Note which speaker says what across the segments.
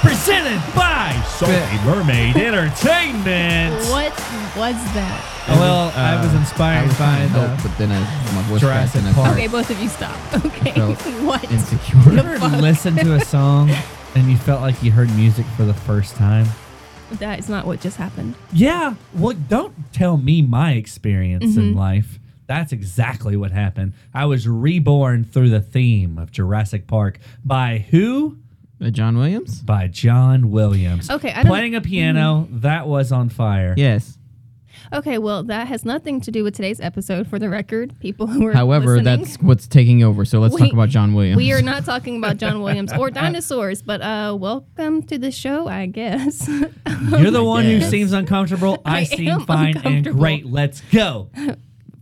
Speaker 1: presented by Salty Mermaid Entertainment.
Speaker 2: What was that?
Speaker 3: well, uh, I was inspired
Speaker 4: Uh, I was
Speaker 3: by
Speaker 4: trying to
Speaker 3: the-
Speaker 4: help, but then I, my voice
Speaker 3: Jurassic
Speaker 4: cracked and I
Speaker 3: Park.
Speaker 4: felt
Speaker 2: Okay, both of you stop. Okay,
Speaker 4: felt
Speaker 2: what?
Speaker 3: You
Speaker 4: insecure.
Speaker 3: ever
Speaker 2: fuck?
Speaker 3: listen to a song and you felt like you heard music for the first time?
Speaker 2: That is not what just happened.
Speaker 3: Yeah. Well, don't tell me my experience
Speaker 2: Mm-hmm.
Speaker 3: in life. That's exactly what happened. I was reborn through the theme of Jurassic Park by who?
Speaker 4: Uh, John Williams?
Speaker 3: By John Williams.
Speaker 2: Okay, I don't- Mm-hmm.
Speaker 3: playing a piano that was on fire.
Speaker 4: Yes.
Speaker 2: Okay, well, that has nothing to do with today's episode. For the record, people who are
Speaker 4: However,
Speaker 2: listening,
Speaker 4: that's what's taking over. So let's
Speaker 2: We-
Speaker 4: talk about John Williams.
Speaker 2: we are not talking about John Williams or dinosaurs, but uh, welcome to the show, I guess.
Speaker 3: You're the one who
Speaker 4: guess.
Speaker 3: seems uncomfortable. I,
Speaker 2: I
Speaker 3: seem
Speaker 2: am
Speaker 3: fine and
Speaker 2: uncomfortable.
Speaker 3: great. Let's go.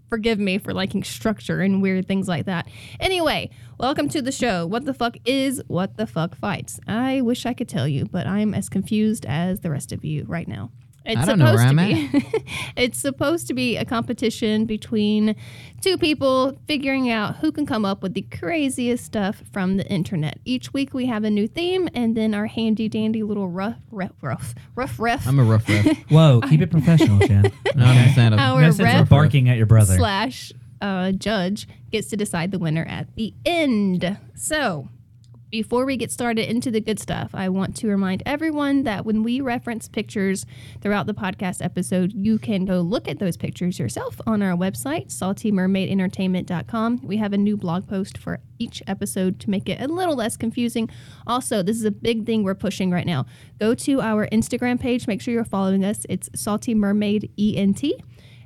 Speaker 2: Forgive me for liking structure and weird things like that. Anyway, welcome to the show. What the fuck is what the fuck fights? I wish I could tell you, but I'm as confused as the rest of you right now. It's
Speaker 4: I don't know where
Speaker 2: supposed
Speaker 4: I'm
Speaker 2: to be. it's supposed to be a competition between two people figuring out who can come up with the craziest stuff from the internet. Each week we have a new theme, and then our handy dandy little rough, rough, rough, rough, rough.
Speaker 4: I'm a rough ref.
Speaker 3: Whoa, keep it professional, Jan.
Speaker 4: No, I'm just not a-
Speaker 2: Our-
Speaker 3: No sense
Speaker 2: ref-
Speaker 3: of barking at your brother.
Speaker 2: slash uh, judge gets to decide the winner at the end. So, before we get started into the good stuff, I want to remind everyone that when we reference pictures throughout the podcast episode, you can go look at those pictures yourself on our website, saltymermaidentertainment.com. We have a new blog post for each episode to make it a little less confusing. Also, this is a big thing we're pushing right now. Go to our Instagram page, make sure you're following us. It's Salty Mermaid ENT.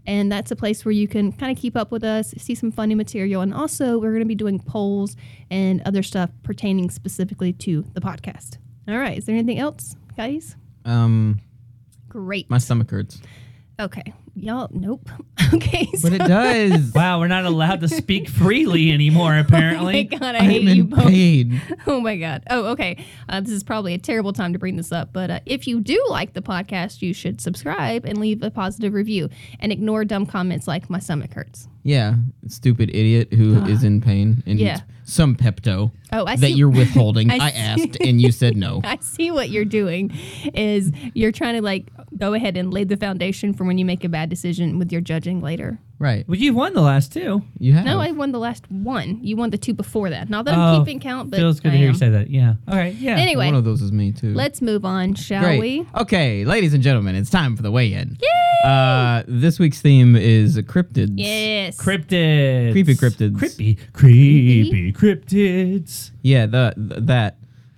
Speaker 2: And that's a place where you can kind of keep up with us, see some funny material. And also, we're going to be doing polls and other stuff pertaining specifically to the podcast. All right. Is there anything else, guys?
Speaker 4: um,
Speaker 2: Great.
Speaker 4: my stomach hurts.
Speaker 2: Okay. Y'all, nope. okay. So,
Speaker 4: But it does.
Speaker 3: Wow, we're not allowed to speak freely anymore,
Speaker 2: oh my
Speaker 3: apparently.
Speaker 2: God, I
Speaker 4: I'm
Speaker 2: hate you
Speaker 4: in
Speaker 2: both.
Speaker 4: pain.
Speaker 2: Oh my God. Oh, okay. Uh, this is probably a terrible time to bring this up, but uh, if you do like the podcast, you should subscribe and leave a positive review and ignore dumb comments like my stomach hurts.
Speaker 4: Yeah, stupid idiot who is in pain and
Speaker 2: Yeah.
Speaker 4: some Pepto
Speaker 2: Oh, I
Speaker 4: that
Speaker 2: see-
Speaker 4: you're withholding.
Speaker 2: I
Speaker 4: I,
Speaker 2: see.
Speaker 4: asked and you said no.
Speaker 2: I see what you're doing is you're trying to like go ahead and lay the foundation for when you make a bad decision with your judging later.
Speaker 4: Right.
Speaker 3: Well, you've won the last two.
Speaker 4: You have.
Speaker 2: No, I won the last one. You won the two before that. Not that
Speaker 3: Oh,
Speaker 2: I'm keeping count, but
Speaker 3: Feels good
Speaker 2: I
Speaker 3: to hear
Speaker 2: am.
Speaker 3: you say that. Yeah. All right. Yeah.
Speaker 2: Anyway,
Speaker 4: One of those is me too.
Speaker 2: let's move on, shall
Speaker 4: Great.
Speaker 2: we?
Speaker 4: Okay, ladies and gentlemen, it's time for the weigh-in. Uh, this week's theme is cryptids.
Speaker 2: Yes.
Speaker 3: Cryptids.
Speaker 4: Creepy cryptids.
Speaker 3: Creepy. Creepy cryptids.
Speaker 4: Yeah, the, th- that.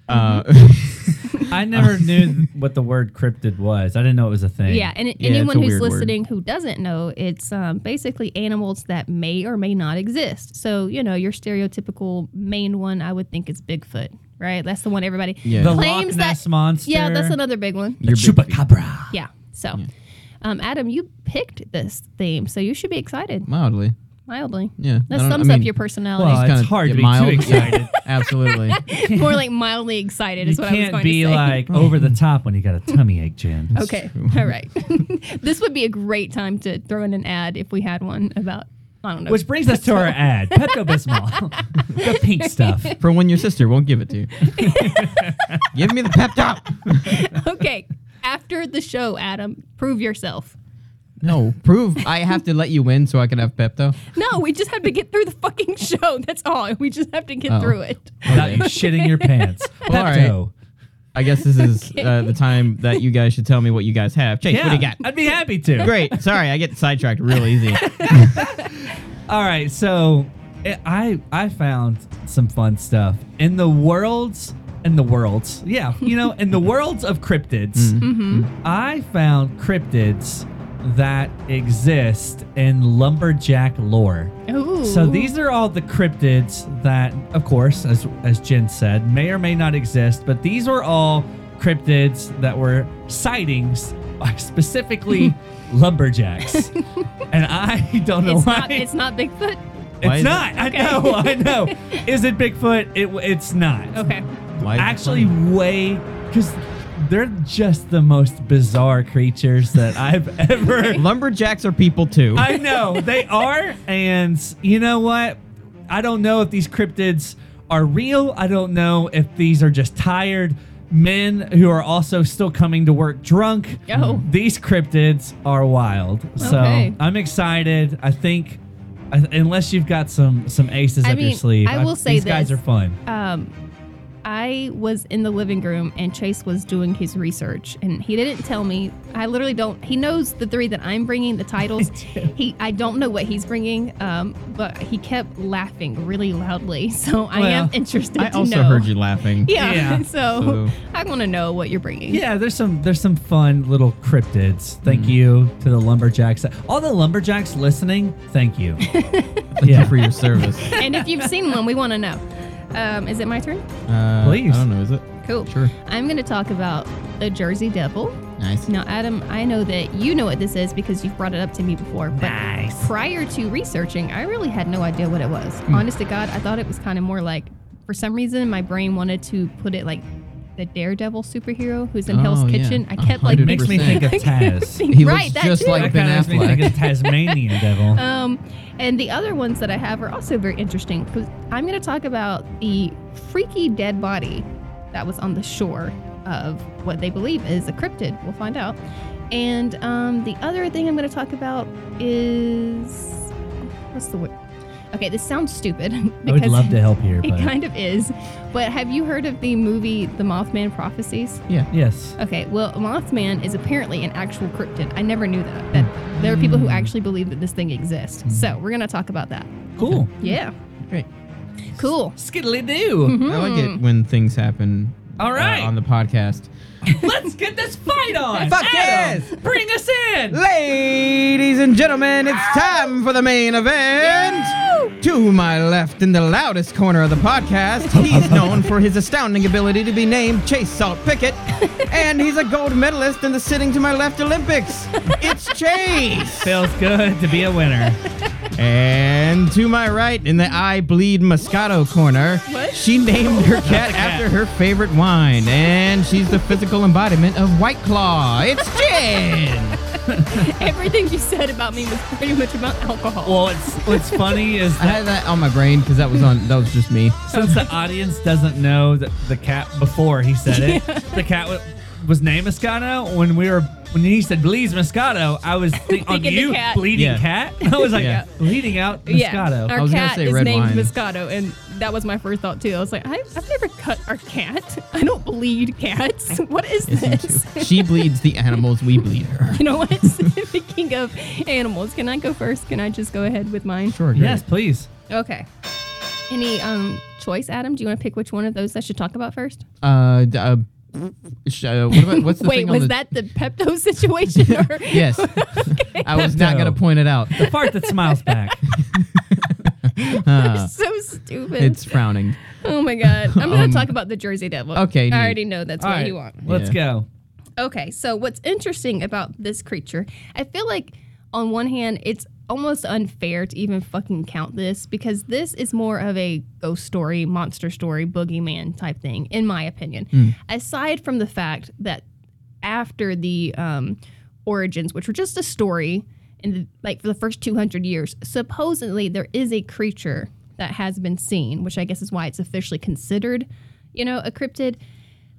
Speaker 4: Uh,
Speaker 3: Mm-hmm. I never knew what the word cryptid was. I didn't know it was a thing.
Speaker 2: Yeah, and
Speaker 4: Yeah,
Speaker 2: anyone
Speaker 4: it's a
Speaker 2: who's
Speaker 4: weird word.
Speaker 2: listening who doesn't know, it's um, basically animals that may or may not exist. So you know, your stereotypical main one, I would think, is Bigfoot, right? That's the one everybody.
Speaker 4: Yeah.
Speaker 3: The Loch
Speaker 2: Claims that-
Speaker 3: Ness monster.
Speaker 2: Yeah, that's another big one.
Speaker 3: The
Speaker 4: Your big-
Speaker 3: chupacabra.
Speaker 2: Yeah. So, Um, Adam, you picked this theme, so you should be excited
Speaker 4: mildly.
Speaker 2: mildly.
Speaker 4: Yeah.
Speaker 2: That
Speaker 4: I don't- I
Speaker 2: sums up
Speaker 4: mean,
Speaker 2: your
Speaker 3: Well,
Speaker 2: personality.
Speaker 3: it's
Speaker 4: kinda
Speaker 3: hard to
Speaker 4: get
Speaker 3: be
Speaker 4: mild.
Speaker 3: too excited.
Speaker 4: Absolutely.
Speaker 2: More like mildly excited
Speaker 3: you
Speaker 2: is what I was
Speaker 3: can't
Speaker 2: going
Speaker 3: be
Speaker 2: to say.
Speaker 3: like over the top when you got a tummy ache, Jen.
Speaker 2: okay, all right. this would be a great time to throw in an ad if we had one about I don't know.
Speaker 3: Which brings us to our ad, Pepto Bismol, the pink stuff.
Speaker 4: For when your sister won't give it to you. give me the pep talk.
Speaker 2: okay, after the show, Adam, prove yourself.
Speaker 4: No, prove I have to let you win so I can have Pepto.
Speaker 2: No, we just have to get through the fucking show. That's all. We just have to get
Speaker 4: Oh.
Speaker 2: through it.
Speaker 3: Without you shitting your pants.
Speaker 4: All right.
Speaker 3: Pepto.
Speaker 4: I guess this is uh,
Speaker 2: Okay.
Speaker 4: the time that you guys should tell me what you guys have. Chase, what do you got?
Speaker 3: I'd be happy to.
Speaker 4: Great. Sorry, I get sidetracked real easy.
Speaker 3: All right, so eh, I I found some fun stuff in the worlds in the worlds. Yeah, you know, in the worlds of cryptids,
Speaker 2: Mm-hmm.
Speaker 4: Mm-hmm.
Speaker 3: I found cryptids that exist in lumberjack lore.
Speaker 2: Ooh.
Speaker 3: So these are all the cryptids that, of course, as as Jen said, may or may not exist, but these are all cryptids that were sightings by specifically lumberjacks. and I don't know
Speaker 2: It's
Speaker 3: why.
Speaker 2: not, it's not Bigfoot.
Speaker 3: It's
Speaker 4: Why is it-
Speaker 3: not. I know. I know. Is it Bigfoot? It, w- it's not.
Speaker 2: Okay.
Speaker 4: Why is it
Speaker 3: Actually,
Speaker 4: funny?
Speaker 3: way because they're just the most bizarre creatures that I've ever.
Speaker 4: lumberjacks are people too.
Speaker 3: I know they are, and you know what? I don't know if these cryptids are real. I don't know if these are just tired men who are also still coming to work drunk.
Speaker 2: Oh.
Speaker 3: These cryptids are wild. So
Speaker 2: Okay.
Speaker 3: I'm excited. I think, I- unless you've got some some aces
Speaker 2: I
Speaker 3: up
Speaker 2: mean,
Speaker 3: your sleeve,
Speaker 2: I will say
Speaker 3: these guys
Speaker 2: this.
Speaker 3: are fun.
Speaker 2: Um, I was in the living room and Chase was doing his research, and he didn't tell me. I literally don't. He knows the three that I'm bringing, the titles. he, I don't know what he's bringing, um, but he kept laughing really loudly, so I am
Speaker 3: Well,
Speaker 2: interested
Speaker 4: I
Speaker 2: to
Speaker 4: also
Speaker 2: know.
Speaker 4: heard you laughing.
Speaker 2: Yeah,
Speaker 3: Yeah,
Speaker 2: so,
Speaker 4: so-
Speaker 2: I want to know what you're bringing.
Speaker 3: Yeah, there's some there's some fun little cryptids. Thank you to the lumberjacks. All the lumberjacks listening, thank you.
Speaker 4: Thank
Speaker 3: Yeah.
Speaker 4: you for your service.
Speaker 2: And if you've seen one, we want to know. Um, is it my turn?
Speaker 4: Uh,
Speaker 3: Please.
Speaker 4: I don't know. Is it?
Speaker 2: Cool.
Speaker 4: Sure.
Speaker 2: I'm going to talk about the Jersey Devil.
Speaker 4: Nice.
Speaker 2: Now, Adam, I know that you know what this is because you've brought it up to me before. But
Speaker 3: Nice.
Speaker 2: prior to researching, I really had no idea what it was. Honest to God, I thought it was kind of more like, for some reason, my brain wanted to put it like the daredevil superhero who's in Hell's
Speaker 4: Oh, yeah.
Speaker 2: Kitchen. I kept like
Speaker 4: It
Speaker 3: makes me
Speaker 4: 100%.
Speaker 3: think of Taz.
Speaker 2: thinking,
Speaker 4: He
Speaker 2: right,
Speaker 4: looks
Speaker 2: that
Speaker 4: just
Speaker 2: too.
Speaker 3: That
Speaker 4: like Ben
Speaker 3: kinda makes me think of Tasmanian devil.
Speaker 2: Um, and the other ones that I have are also very interesting because I'm going to talk about the freaky dead body that was on the shore of what they believe is a cryptid. We'll find out. And um, the other thing I'm going to talk about is what's the word? Okay, this sounds stupid
Speaker 3: I would
Speaker 2: because
Speaker 3: love to help here,
Speaker 2: it
Speaker 3: but
Speaker 2: kind of is. But have you heard of the movie The Mothman Prophecies?
Speaker 4: Yeah.
Speaker 3: yes.
Speaker 2: Okay, well, Mothman is apparently an actual cryptid. I never knew that. That there are people who actually believe that this thing exists. So we're gonna talk about that.
Speaker 3: Cool.
Speaker 2: Yeah,
Speaker 4: Great.
Speaker 2: cool.
Speaker 3: Skiddly do.
Speaker 4: I like it when things happen.
Speaker 3: Hmm. All
Speaker 4: uh,
Speaker 3: right.
Speaker 4: on the podcast.
Speaker 3: Let's get this fight on.
Speaker 4: Fuck
Speaker 3: Adam,
Speaker 4: yes.
Speaker 3: Bring us in.
Speaker 4: Ladies and gentlemen, it's time for the main event. To my left, in the loudest corner of the podcast, he's known for his astounding ability to be named Chase Salt Pickett, and he's a gold medalist in the sitting to my left Olympics. It's Chase.
Speaker 3: Feels good to be a winner.
Speaker 4: And to my right, in the I Bleed Moscato corner,
Speaker 2: What?
Speaker 4: she named her cat after her favorite wine, and she's the physical embodiment of White Claw. It's Jen.
Speaker 2: Everything you said about me was pretty much about alcohol.
Speaker 3: Well, it's what's funny is
Speaker 4: I had that on my brain because that was on. That was just me.
Speaker 3: since the audience doesn't know that the cat before he said it, the cat was, was named Moscato. When we were when he said "Bleeds Moscato," I was think, on
Speaker 2: Thinking the
Speaker 3: you
Speaker 2: cat.
Speaker 3: bleeding
Speaker 4: Yeah.
Speaker 3: cat. I was like
Speaker 4: Yeah.
Speaker 3: bleeding out
Speaker 2: Yeah,
Speaker 3: Moscato.
Speaker 2: our
Speaker 4: I was gonna
Speaker 2: cat
Speaker 4: say
Speaker 2: is
Speaker 4: red
Speaker 2: named
Speaker 4: wine.
Speaker 2: Moscato, and that was my first thought too. I was like, I, I've never cut our cat. I don't bleed cats. What is
Speaker 4: Yes, you
Speaker 2: this?
Speaker 4: too. She bleeds the animals. We bleed her.
Speaker 2: You know what? Speaking of animals, can I go first? Can I just go ahead with mine?
Speaker 4: Sure. great.
Speaker 3: Yes, please.
Speaker 2: Okay. Any um choice, Adam? Do you want to pick which one of those I should talk about first?
Speaker 4: Uh. d- uh sh- uh, what about, what's the
Speaker 2: Wait,
Speaker 4: thing on
Speaker 2: was
Speaker 4: the-
Speaker 2: that the Pepto situation? Or
Speaker 4: Yes. I was not
Speaker 3: Pepto.
Speaker 4: gonna point it out.
Speaker 3: The part that smiles back.
Speaker 4: Uh,
Speaker 2: so stupid.
Speaker 4: it's frowning.
Speaker 2: oh my god. I'm gonna
Speaker 4: Um,
Speaker 2: talk about the Jersey Devil.
Speaker 4: okay,
Speaker 2: I
Speaker 4: neat.
Speaker 2: already know that's
Speaker 3: All
Speaker 2: what
Speaker 3: right,
Speaker 2: you want.
Speaker 3: let's
Speaker 4: Yeah.
Speaker 3: go.
Speaker 2: Okay, so what's interesting about this creature, I feel like on one hand, it's almost unfair to even fucking count this because this is more of a ghost story, monster story, boogeyman type thing, in my opinion. Aside from the fact that after the um, origins, which were just a story, and like for the first 200 years, supposedly there is a creature that has been seen, which I guess is why it's officially considered, you know, a cryptid.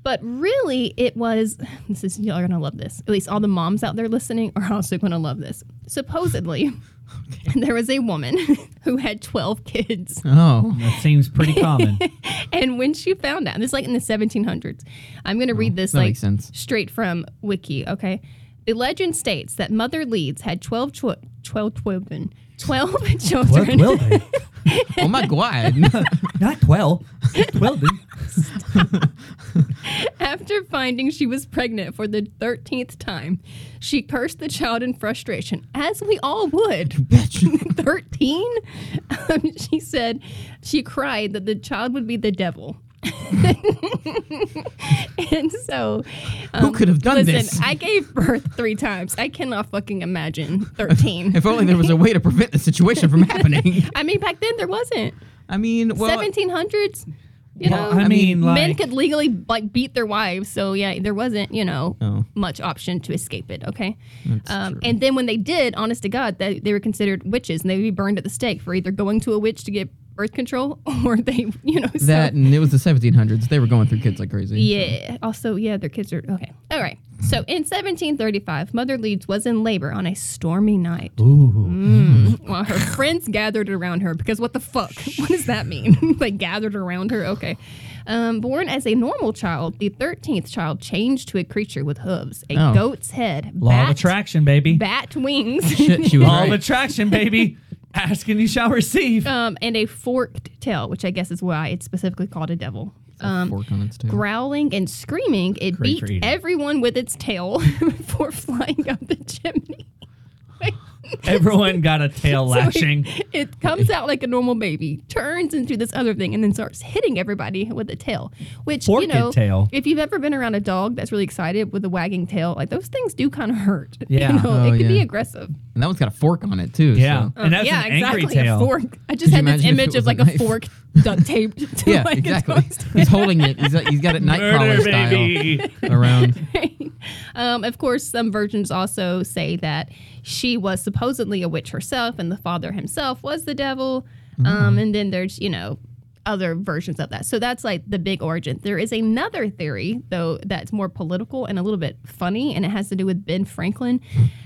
Speaker 2: But really, it was this is y'all are gonna love this. At least all the moms out there listening are also gonna love this. Supposedly, there was a woman who had 12 kids.
Speaker 4: Oh.
Speaker 3: That seems pretty common. And
Speaker 2: And when she found out, and this is like in the 1700s, I'm going to read this
Speaker 4: Oh, that
Speaker 2: like
Speaker 4: makes sense.
Speaker 2: straight from Wiki, okay? The legend states that Mother Leeds had 12 chil- 12 children, 12
Speaker 3: Well,
Speaker 2: children.
Speaker 3: well, then.
Speaker 4: Oh my god.
Speaker 3: not twelve. Well, then.
Speaker 2: After finding she was pregnant for the 13th time, she cursed the child in frustration, as we all would. 13? Um, she said she cried that the child would be the devil. and so, um,
Speaker 4: Who could have done
Speaker 2: listen,
Speaker 4: this?
Speaker 2: I gave birth three times. I cannot fucking imagine 13.
Speaker 4: if only there was a way to prevent the situation from happening.
Speaker 2: I mean, back then there wasn't.
Speaker 4: I mean, well,
Speaker 2: 1700s, you
Speaker 3: Well,
Speaker 2: know?
Speaker 3: I mean, like,
Speaker 2: men could legally like beat their wives so yeah there wasn't you know
Speaker 4: Oh.
Speaker 2: much option to escape it okay
Speaker 4: That's
Speaker 2: um,
Speaker 4: true.
Speaker 2: and then when they did honest to god they, they were considered witches and they would be burned at the stake for either going to a witch to get birth control or they, you know, so-
Speaker 4: That and it was the 1700s. They were going through kids like crazy.
Speaker 2: Yeah. Also, yeah, their kids are okay. All right. So in 1735, Mother Leeds was in labor on a stormy night Mm,
Speaker 3: Ooh.
Speaker 2: while her friends gathered around her because what the fuck? What does that mean? like gathered around her? Okay. Um, born as a normal child, the 13th child changed to a creature with hooves, a
Speaker 4: Oh.
Speaker 2: goat's head,
Speaker 3: Law of
Speaker 2: bat,
Speaker 3: attraction, baby.
Speaker 2: bat wings,
Speaker 4: Shit, she was
Speaker 3: Law of
Speaker 4: right.
Speaker 3: attraction, baby. Ask and you shall receive.
Speaker 2: um, and a forked tail, which I guess is why it's specifically called a devil. Um,
Speaker 4: Fork on its tail.
Speaker 2: growling and screaming, it
Speaker 3: Great for
Speaker 2: beat
Speaker 3: eating.
Speaker 2: everyone with its tail before flying up the chimney.
Speaker 3: Everyone got a tail lashing.
Speaker 2: So it, it comes out like a normal baby, turns into this other thing, and then starts hitting everybody with a tail. Which you
Speaker 3: Forked
Speaker 2: know,
Speaker 3: tail.
Speaker 2: if you've ever been around a dog that's really excited with a wagging tail, like those things do kind of hurt.
Speaker 3: Yeah.
Speaker 2: you know,
Speaker 4: Oh,
Speaker 2: it could be
Speaker 4: yeah.
Speaker 2: aggressive.
Speaker 4: And that one's got a fork on it too.
Speaker 3: Yeah.
Speaker 4: so-
Speaker 3: And that's
Speaker 2: yeah,
Speaker 3: an angry
Speaker 2: exactly.
Speaker 3: tail.
Speaker 2: A fork. I just had
Speaker 4: you
Speaker 2: this
Speaker 4: imagine if it
Speaker 2: image of
Speaker 4: was a
Speaker 2: like a,
Speaker 4: knife?
Speaker 2: fork duct taped to
Speaker 4: Yeah,
Speaker 2: like a
Speaker 4: exactly.
Speaker 2: toast.
Speaker 4: He's holding it. He's, he's got it nightcrawler
Speaker 3: Murder,
Speaker 4: style
Speaker 3: baby.
Speaker 4: around.
Speaker 2: um, of course, some versions also say that she was supposedly a witch herself, and the father himself was the devil. Um, and then there's you know other versions of that. So that's like the big origin. There is another theory though that's more political and a little bit funny, and it has to do with Ben Franklin.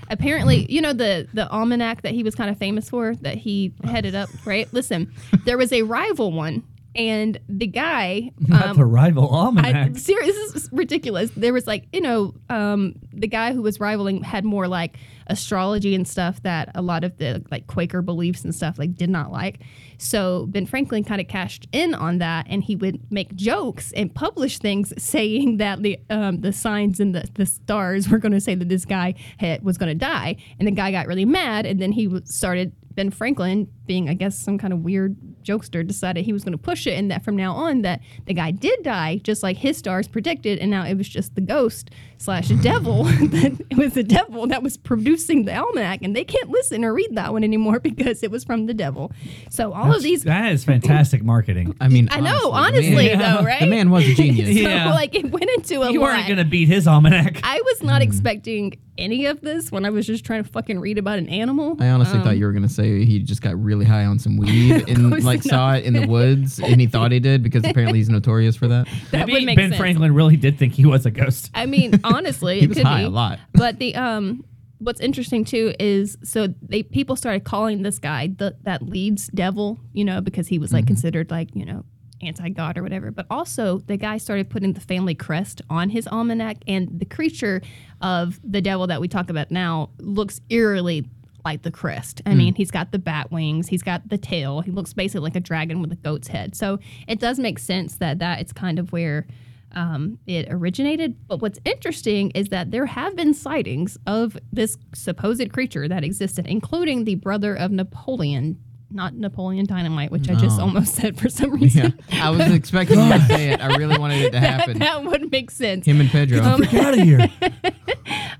Speaker 2: Apparently, you know the the almanac that he was kind of famous for that he headed up, right? Listen, there was a rival one. And the guy,
Speaker 3: Not the rival
Speaker 2: Um, I,
Speaker 3: almanac.
Speaker 2: serious, this is ridiculous. There was like, you know, um, the guy who was rivaling had more like astrology and stuff that a lot of the like Quaker beliefs and stuff like did not like. So Ben Franklin kind of cashed in on that, and he would make jokes and publish things saying that the um, the signs and the, the stars were going to say that this guy had, was going to die, and the guy got really mad, and then he w- started Ben Franklin, being I guess some kind of weird jokester, decided he was going to push it, and that from now on that the guy did die, just like his stars predicted, and now it was just the ghost slash devil that it was the devil that was producing the almanac, and they can't listen or read that one anymore because it was from the devil. So all of these,
Speaker 3: That is fantastic marketing.
Speaker 4: I mean,
Speaker 2: I know,
Speaker 4: the
Speaker 2: honestly
Speaker 4: man-
Speaker 2: though, right?
Speaker 4: the man was a
Speaker 2: so
Speaker 4: genius.
Speaker 3: Yeah.
Speaker 2: like it went into a
Speaker 3: You
Speaker 2: lot.
Speaker 3: weren't Hmm. going to beat his almanac.
Speaker 2: I was not expecting any of this when I was just trying to fucking read about an animal.
Speaker 4: I honestly thought you were gonna say he just got really high on some weed and
Speaker 2: Um, course
Speaker 4: like
Speaker 2: not.
Speaker 4: saw it in the woods, and he thought he did because apparently he's notorious for that.
Speaker 2: that
Speaker 3: Maybe
Speaker 2: would make
Speaker 3: Ben
Speaker 2: sense.
Speaker 3: Franklin really did think he was a ghost.
Speaker 2: I mean, honestly,
Speaker 4: He
Speaker 2: it
Speaker 4: was
Speaker 2: could
Speaker 4: high
Speaker 2: be
Speaker 4: a lot.
Speaker 2: But the um, what's interesting too is so they people started calling this guy the, that leads devil, you know, because he
Speaker 4: Mm-hmm.
Speaker 2: was like considered like you know anti god or whatever. But also the guy started putting the family crest on his almanac, and the creature of the devil that we talk about now looks eerily. Like the crest. I
Speaker 4: Mm.
Speaker 2: mean, he's got the bat wings. He's got the tail. He looks basically like a dragon with a goat's head. So it does make sense that that it's kind of where um, it originated. But what's interesting is that there have been sightings of this supposed creature that existed, including the brother of Napoleon, not Napoleon Dynamite, which I just almost said for some
Speaker 4: Yeah,
Speaker 2: reason.
Speaker 4: I was expecting you to say it. I really wanted it to
Speaker 2: that,
Speaker 4: happen.
Speaker 2: that would make sense. Um,
Speaker 4: Him and Pedro.
Speaker 3: Get out of here.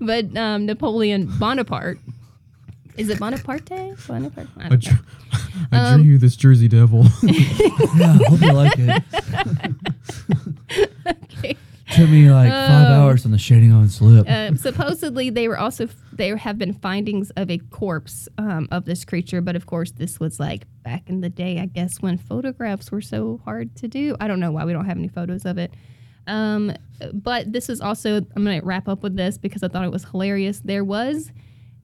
Speaker 2: But um, Napoleon Bonaparte. Is it Bonaparte? Bonaparte? I
Speaker 4: I
Speaker 2: don't know.
Speaker 4: drew- I
Speaker 2: um,
Speaker 4: drew you this Jersey Devil.
Speaker 3: Yeah, I hope you like it. Took me like five
Speaker 2: Uh,
Speaker 3: hours on the shading on slip.
Speaker 2: Um, supposedly, they were also there have been findings of a corpse um, of this creature, but of course, this was like back in the day, I guess, when photographs were so hard to do. I don't know why we don't have any photos of it. Um, but this is also I'm going to wrap up with this because I thought it was hilarious. There was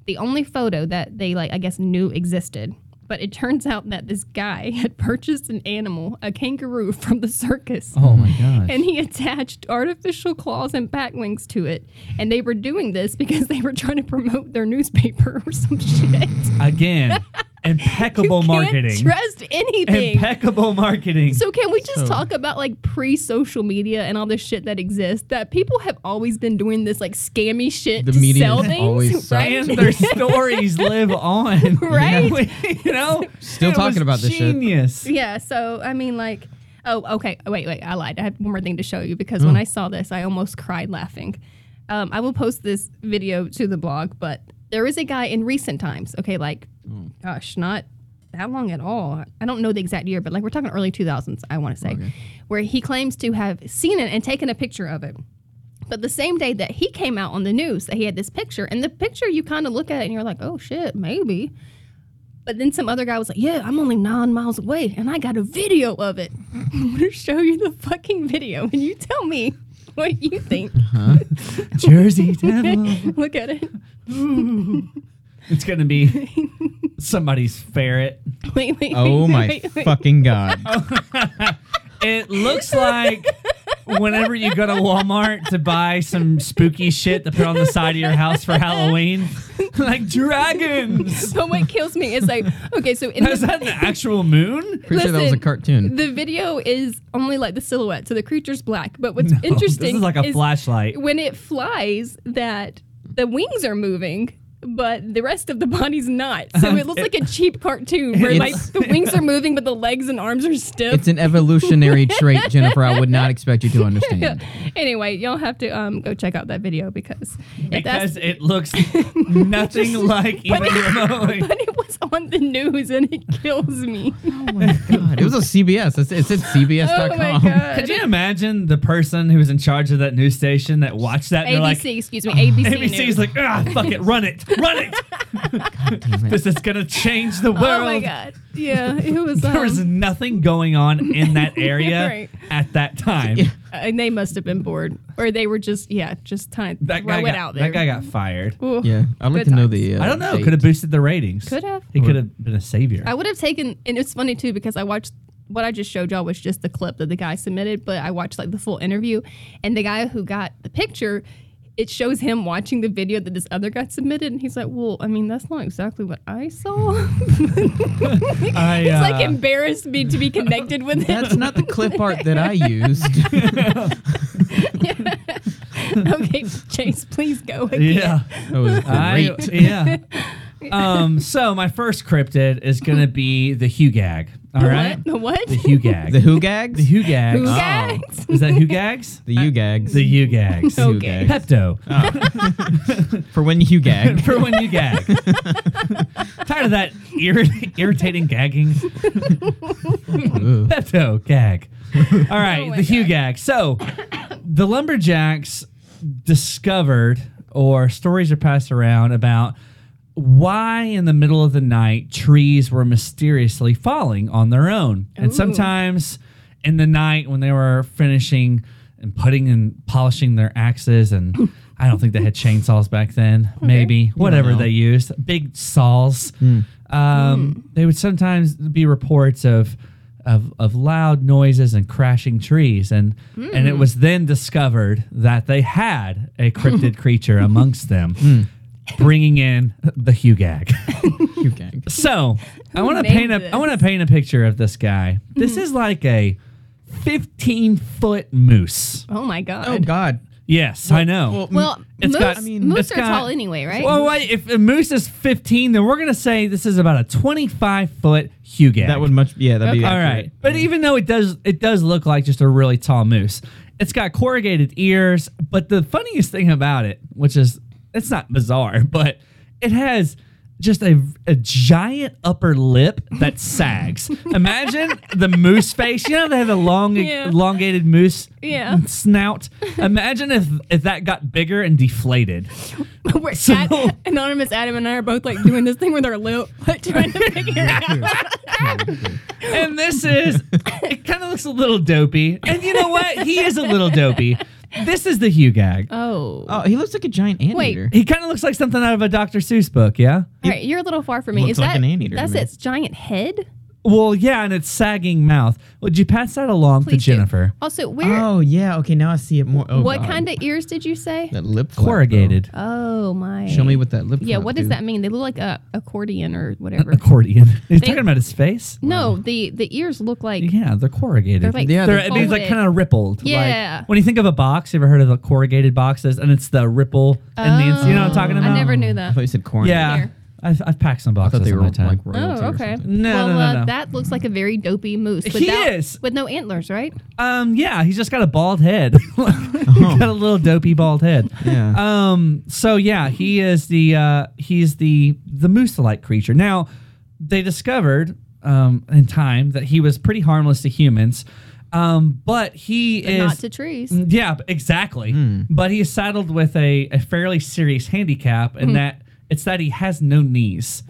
Speaker 2: the only photo that they like I guess knew existed. But it turns out that this guy had purchased an animal, a kangaroo, from the circus
Speaker 3: oh my gosh.
Speaker 2: and he attached artificial claws and back wings to it. And they were doing this because they were trying to promote their newspaper or some shit.
Speaker 3: Again, impeccable
Speaker 2: You
Speaker 3: marketing.
Speaker 2: Can't trust anything.
Speaker 3: impeccable marketing.
Speaker 2: so can we just
Speaker 4: So-
Speaker 2: talk about like pre-social media and all this shit that exists? That people have always been doing this like scammy shit
Speaker 4: The
Speaker 2: to
Speaker 4: media
Speaker 2: sell
Speaker 4: has
Speaker 2: things,
Speaker 4: always
Speaker 2: right?
Speaker 3: and their stories live on.
Speaker 2: Right?
Speaker 3: We- you know?
Speaker 4: Still
Speaker 3: It
Speaker 4: talking
Speaker 3: was
Speaker 4: about this shit.
Speaker 3: genius.
Speaker 2: Yeah, so I mean, like, oh, okay. Oh, Wait, wait, I lied. I have one more thing to show you because when I saw this, I almost cried laughing. Um, I will post this video to the blog, but there is a guy in recent times, okay, like, gosh, not that long at all. I don't know the exact year, but like we're talking early 2000s, I want to say, where he claims to have seen it and taken a picture of it. But the same day that he came out on the news, that he had this picture, and the picture you kind of look at it and you're like, oh shit, maybe. But then some other guy was like, "Yeah, I'm only nine miles away, and I got a video of it. I'm gonna show you the fucking video, and you tell me what you think.
Speaker 3: Jersey Devil.
Speaker 2: Look at it.
Speaker 3: It's gonna be somebody's ferret.
Speaker 2: Wait, wait.
Speaker 4: Oh
Speaker 2: wait,
Speaker 4: my
Speaker 2: wait, Oh, wait.
Speaker 4: fucking god.
Speaker 3: It looks like whenever you go to Walmart to buy some spooky shit to put on the side of your house for Halloween, like dragons.
Speaker 2: But what kills me is like, okay, so in
Speaker 3: Is
Speaker 2: the,
Speaker 3: that an actual moon?
Speaker 4: Pretty sure that was a
Speaker 2: Listen,
Speaker 4: cartoon.
Speaker 2: the video is only like the silhouette, so the creature's black. But what's interesting
Speaker 3: This is like a flashlight.
Speaker 2: when it flies that the wings are moving but the rest of the body's not so it looks like a cheap cartoon where like
Speaker 3: It's-
Speaker 2: the wings are moving but the legs and arms are stiff
Speaker 4: It's an evolutionary trait, Jennifer. I would not expect you to understand.
Speaker 2: anyway y'all have to um go check out that video because if that's
Speaker 3: Because it looks nothing like even remotely.
Speaker 2: but it was on the news and it kills me
Speaker 4: God, it was a CBS. It's, it's at
Speaker 2: oh my
Speaker 4: CBS.com.
Speaker 3: Could
Speaker 2: god
Speaker 3: you imagine the person who was in charge of that news station that watched that? And they're like,
Speaker 2: abc excuse me abc,
Speaker 3: ABC's
Speaker 2: news.
Speaker 3: like, ah, fuck it, run it, run it.
Speaker 4: Damn it.
Speaker 3: This is gonna change the world.
Speaker 2: oh my god yeah it was um,
Speaker 3: There was nothing going on in that area
Speaker 2: Right.
Speaker 3: at that time.
Speaker 2: and they must have been bored or they were just yeah just kind of
Speaker 3: That
Speaker 2: throw
Speaker 3: guy,
Speaker 2: it
Speaker 3: got,
Speaker 2: out there
Speaker 3: that guy got fired.
Speaker 2: Ooh.
Speaker 4: Yeah, I'd like to
Speaker 2: Good
Speaker 4: know
Speaker 2: times.
Speaker 4: the. Uh,
Speaker 3: I don't know.
Speaker 4: date.
Speaker 3: Could have boosted the ratings.
Speaker 2: Could have.
Speaker 3: He could have been a savior.
Speaker 2: I would have taken, and it's funny too because I watched what I just showed y'all was just the clip that the guy submitted, but I watched like the full interview, and the guy who got the picture, it shows him watching the video that this other guy submitted, and he's like, "Well, I mean, that's not exactly what I saw."
Speaker 3: I,
Speaker 2: It's like
Speaker 3: uh,
Speaker 2: embarrassed me to be connected with
Speaker 4: That's
Speaker 2: it.
Speaker 4: not the clip art that I used.
Speaker 2: okay, Chase, please go. Again.
Speaker 3: yeah.
Speaker 4: That was
Speaker 3: I,
Speaker 4: great.
Speaker 3: yeah. Um, so my first cryptid is gonna be the Hugag. All
Speaker 2: The
Speaker 3: right.
Speaker 2: What? The what?
Speaker 3: The Hugag.
Speaker 4: the who gags?
Speaker 3: The Hugags.
Speaker 2: Who
Speaker 3: Oh.
Speaker 2: gags?
Speaker 3: Is that Hugags?
Speaker 4: The you gags.
Speaker 3: the Hugags.
Speaker 4: Who
Speaker 2: Okay.
Speaker 4: gags. Oh.
Speaker 3: Pepto.
Speaker 4: For when you gag.
Speaker 3: For when you gag. Tired of that irri- irritating gagging.
Speaker 4: Ooh.
Speaker 3: Pepto gag. All right,
Speaker 2: Oh my
Speaker 3: the Hugh gag. So the lumberjacks discovered, or stories are passed around about why in the middle of the night trees were mysteriously falling on their own. And
Speaker 2: Ooh.
Speaker 3: sometimes in the night when they were finishing and putting and polishing their axes and I don't think they had chainsaws back then. Maybe whatever they used, big saws. Um, They would sometimes be reports of of, of loud noises and crashing trees, and and
Speaker 2: Hmm.
Speaker 3: it was then discovered that they had a cryptid creature amongst them,
Speaker 2: Hmm.
Speaker 3: bringing in the Hugag.
Speaker 4: You gag.
Speaker 3: So I want to
Speaker 2: named
Speaker 3: paint a I
Speaker 2: this? Hmm.
Speaker 3: want to paint a picture of this guy. This is like a fifteen foot moose.
Speaker 2: Oh my god.
Speaker 4: Oh, God.
Speaker 3: Yes, I know.
Speaker 2: Well,
Speaker 3: It's
Speaker 2: moose,
Speaker 3: got- I mean,
Speaker 2: moose
Speaker 3: it's
Speaker 2: are
Speaker 3: got-
Speaker 2: tall anyway, right?
Speaker 3: Well, wait, if a moose is 15, then we're going to say this is about a 25 foot Hugag.
Speaker 4: that would much. Yeah, that'd be.
Speaker 3: All
Speaker 4: accurate.
Speaker 3: right. But even though it does it does look like just a really tall moose. It's got corrugated ears, but the funniest thing about it, which is it's not bizarre, but it has just a, a giant upper lip that sags. Imagine the moose face. You know they have the long
Speaker 2: Yeah.
Speaker 3: elongated moose
Speaker 2: Yeah.
Speaker 3: snout. Imagine if if that got bigger and deflated.
Speaker 2: We're at, anonymous Adam and I are both like doing this thing with our lip, like trying to figure it out.
Speaker 3: and this is it kind of looks a little dopey and you know what he is a little dopey this is the hugh gag
Speaker 2: Oh.
Speaker 4: Oh, he looks like a giant anteater.
Speaker 3: he kind of looks like something out of a dr seuss book yeah
Speaker 2: All right, you're a little far from me.
Speaker 4: Looks
Speaker 2: Is
Speaker 4: like
Speaker 2: that
Speaker 4: an anteater to
Speaker 2: That's
Speaker 4: me.
Speaker 2: its giant head.
Speaker 3: well yeah and its sagging mouth would you pass that along
Speaker 2: Please
Speaker 3: to
Speaker 2: do.
Speaker 3: jennifer
Speaker 2: Also, where?
Speaker 4: Oh yeah. Okay, now I see it more. Oh,
Speaker 2: what
Speaker 4: God.
Speaker 2: kind of ears did you say?
Speaker 4: that lip flap,
Speaker 3: corrugated
Speaker 2: Oh my.
Speaker 4: though. Show me what that lip.
Speaker 2: Yeah,
Speaker 4: flap
Speaker 2: what does
Speaker 4: do.
Speaker 2: that mean? They look like a accordion or whatever.
Speaker 3: accordion he's talking about his face
Speaker 2: no, the the ears look like
Speaker 3: yeah they're corrugated
Speaker 2: Mm. they're like
Speaker 4: Yeah,
Speaker 3: They're-
Speaker 4: they're
Speaker 3: it means like
Speaker 2: folded.
Speaker 3: kind of rippled. like-
Speaker 2: Yeah.
Speaker 3: when you think of a box, you ever heard of the corrugated boxes, and it's the ripple and the ins- you know what I'm talking about.
Speaker 2: Oh, I never knew
Speaker 4: I
Speaker 2: that.
Speaker 4: thought you said corn.
Speaker 3: Yeah,
Speaker 2: Here.
Speaker 3: I've, I've packed some
Speaker 4: I
Speaker 3: boxes
Speaker 4: thought they
Speaker 3: in
Speaker 4: were
Speaker 3: my time.
Speaker 4: like royalty.
Speaker 2: Oh,
Speaker 4: or
Speaker 2: okay.
Speaker 4: something.
Speaker 3: No,
Speaker 2: well,
Speaker 3: no, no,
Speaker 2: uh,
Speaker 3: no.
Speaker 2: But that looks like a very dopey moose.
Speaker 3: He
Speaker 2: without-
Speaker 3: is.
Speaker 2: with no antlers, right?
Speaker 3: Um, yeah, he's just got a bald head.
Speaker 4: Oh.
Speaker 3: he's got a little dopey bald head.
Speaker 4: Yeah.
Speaker 3: Um, so yeah, he is the uh, he's the the moose-like creature. Now, they discovered um, in time that he was pretty harmless to humans, um, but he
Speaker 2: But
Speaker 3: is Mm,
Speaker 2: not to trees. Hmm.
Speaker 3: yeah, b- exactly. But he is saddled with a, a fairly serious handicap, and that It's that he has no knees.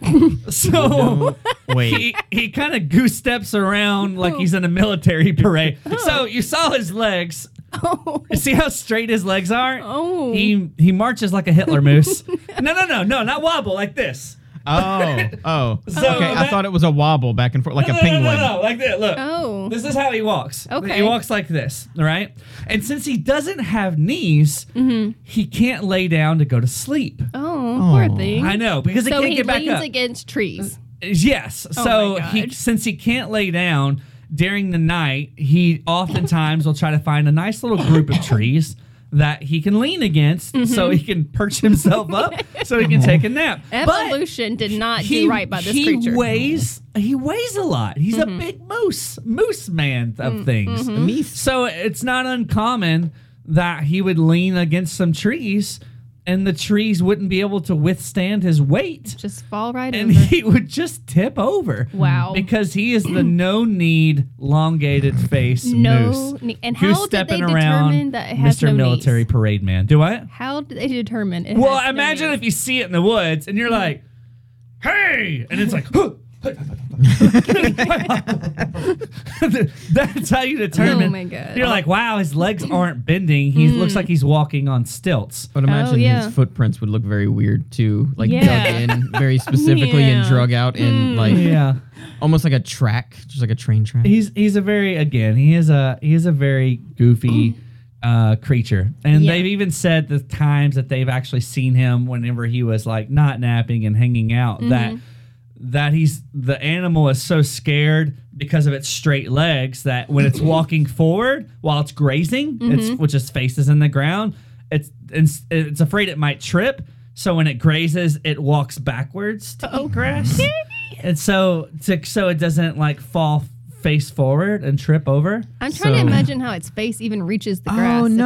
Speaker 3: so
Speaker 5: Wait.
Speaker 3: he, he kind of goose steps around like
Speaker 2: Oh.
Speaker 3: he's in a military parade. So you saw his legs.
Speaker 2: Oh,
Speaker 3: You see how straight his legs are?
Speaker 2: Oh.
Speaker 3: He he marches like a Hitler moose. no, no, no, no, not wobble like this.
Speaker 4: Oh, oh.
Speaker 3: So
Speaker 4: okay, I
Speaker 3: that-
Speaker 4: thought it was a wobble back and forth, like
Speaker 3: no,
Speaker 4: a
Speaker 3: no,
Speaker 4: penguin.
Speaker 3: No, no, no, like this. Look.
Speaker 2: Oh.
Speaker 3: This is how he walks.
Speaker 2: Okay.
Speaker 3: He walks like this, all right? And since he doesn't have knees,
Speaker 2: Mm-hmm.
Speaker 3: he can't lay down to go to sleep.
Speaker 2: oh, poor thing.
Speaker 3: I know because he
Speaker 2: So
Speaker 3: can't
Speaker 2: he
Speaker 3: get back
Speaker 2: leans
Speaker 3: up.
Speaker 2: against trees.
Speaker 3: Yes. so
Speaker 2: Oh my
Speaker 3: he
Speaker 2: God.
Speaker 3: since he can't lay down during the night, he oftentimes will try to find a nice little group of trees that he can lean against
Speaker 2: Mm-hmm.
Speaker 3: so he can perch himself up so he can take a nap. But
Speaker 2: Evolution did not do right by this
Speaker 3: he
Speaker 2: creature. Mm-hmm.
Speaker 3: weighs he weighs a lot. He's a big moose, moose man of things. So it's not uncommon that he would lean against some trees and the trees wouldn't be able to withstand his weight
Speaker 2: Just fall right
Speaker 3: and
Speaker 2: over.
Speaker 3: he would just tip over.
Speaker 2: Wow.
Speaker 3: Because he is the no need elongated face
Speaker 2: no,
Speaker 3: moose.
Speaker 2: knee- and
Speaker 3: Who's
Speaker 2: how did they
Speaker 3: stepping around
Speaker 2: determine that it has
Speaker 3: Mr.
Speaker 2: no
Speaker 3: Military
Speaker 2: knees?
Speaker 3: Parade Man? Do I?
Speaker 2: How did they determine? It
Speaker 3: Well,
Speaker 2: has no
Speaker 3: imagine
Speaker 2: knees? Mm-hmm.
Speaker 3: if you see it in the woods and you're like, hey! And it's like, "Huh." That's how you determine.
Speaker 2: Oh my God. Mm-hmm.
Speaker 3: You're like, wow, his legs aren't bending. He looks like he's walking on stilts.
Speaker 4: But imagine
Speaker 2: Oh, yeah.
Speaker 4: his footprints would look very weird too, like
Speaker 2: Yeah.
Speaker 4: dug in very specifically and
Speaker 2: Yeah. Hmm.
Speaker 4: drug out in like
Speaker 3: Yeah.
Speaker 4: almost like a track, just like a train track.
Speaker 3: he's he's a very again he is a he is a very goofy uh creature and
Speaker 2: Yeah.
Speaker 3: they've even said the times that they've actually seen him whenever he was like not napping and hanging out that that he's the animal is so scared because of its straight legs that when it's walking forward while it's grazing it's which its face is in the ground it's it's, it's afraid it might trip so when it grazes it walks backwards to eat grass and so to, so it doesn't like fall face forward and trip over.
Speaker 2: I'm trying to
Speaker 4: So-
Speaker 2: imagine how its face even reaches the grass if its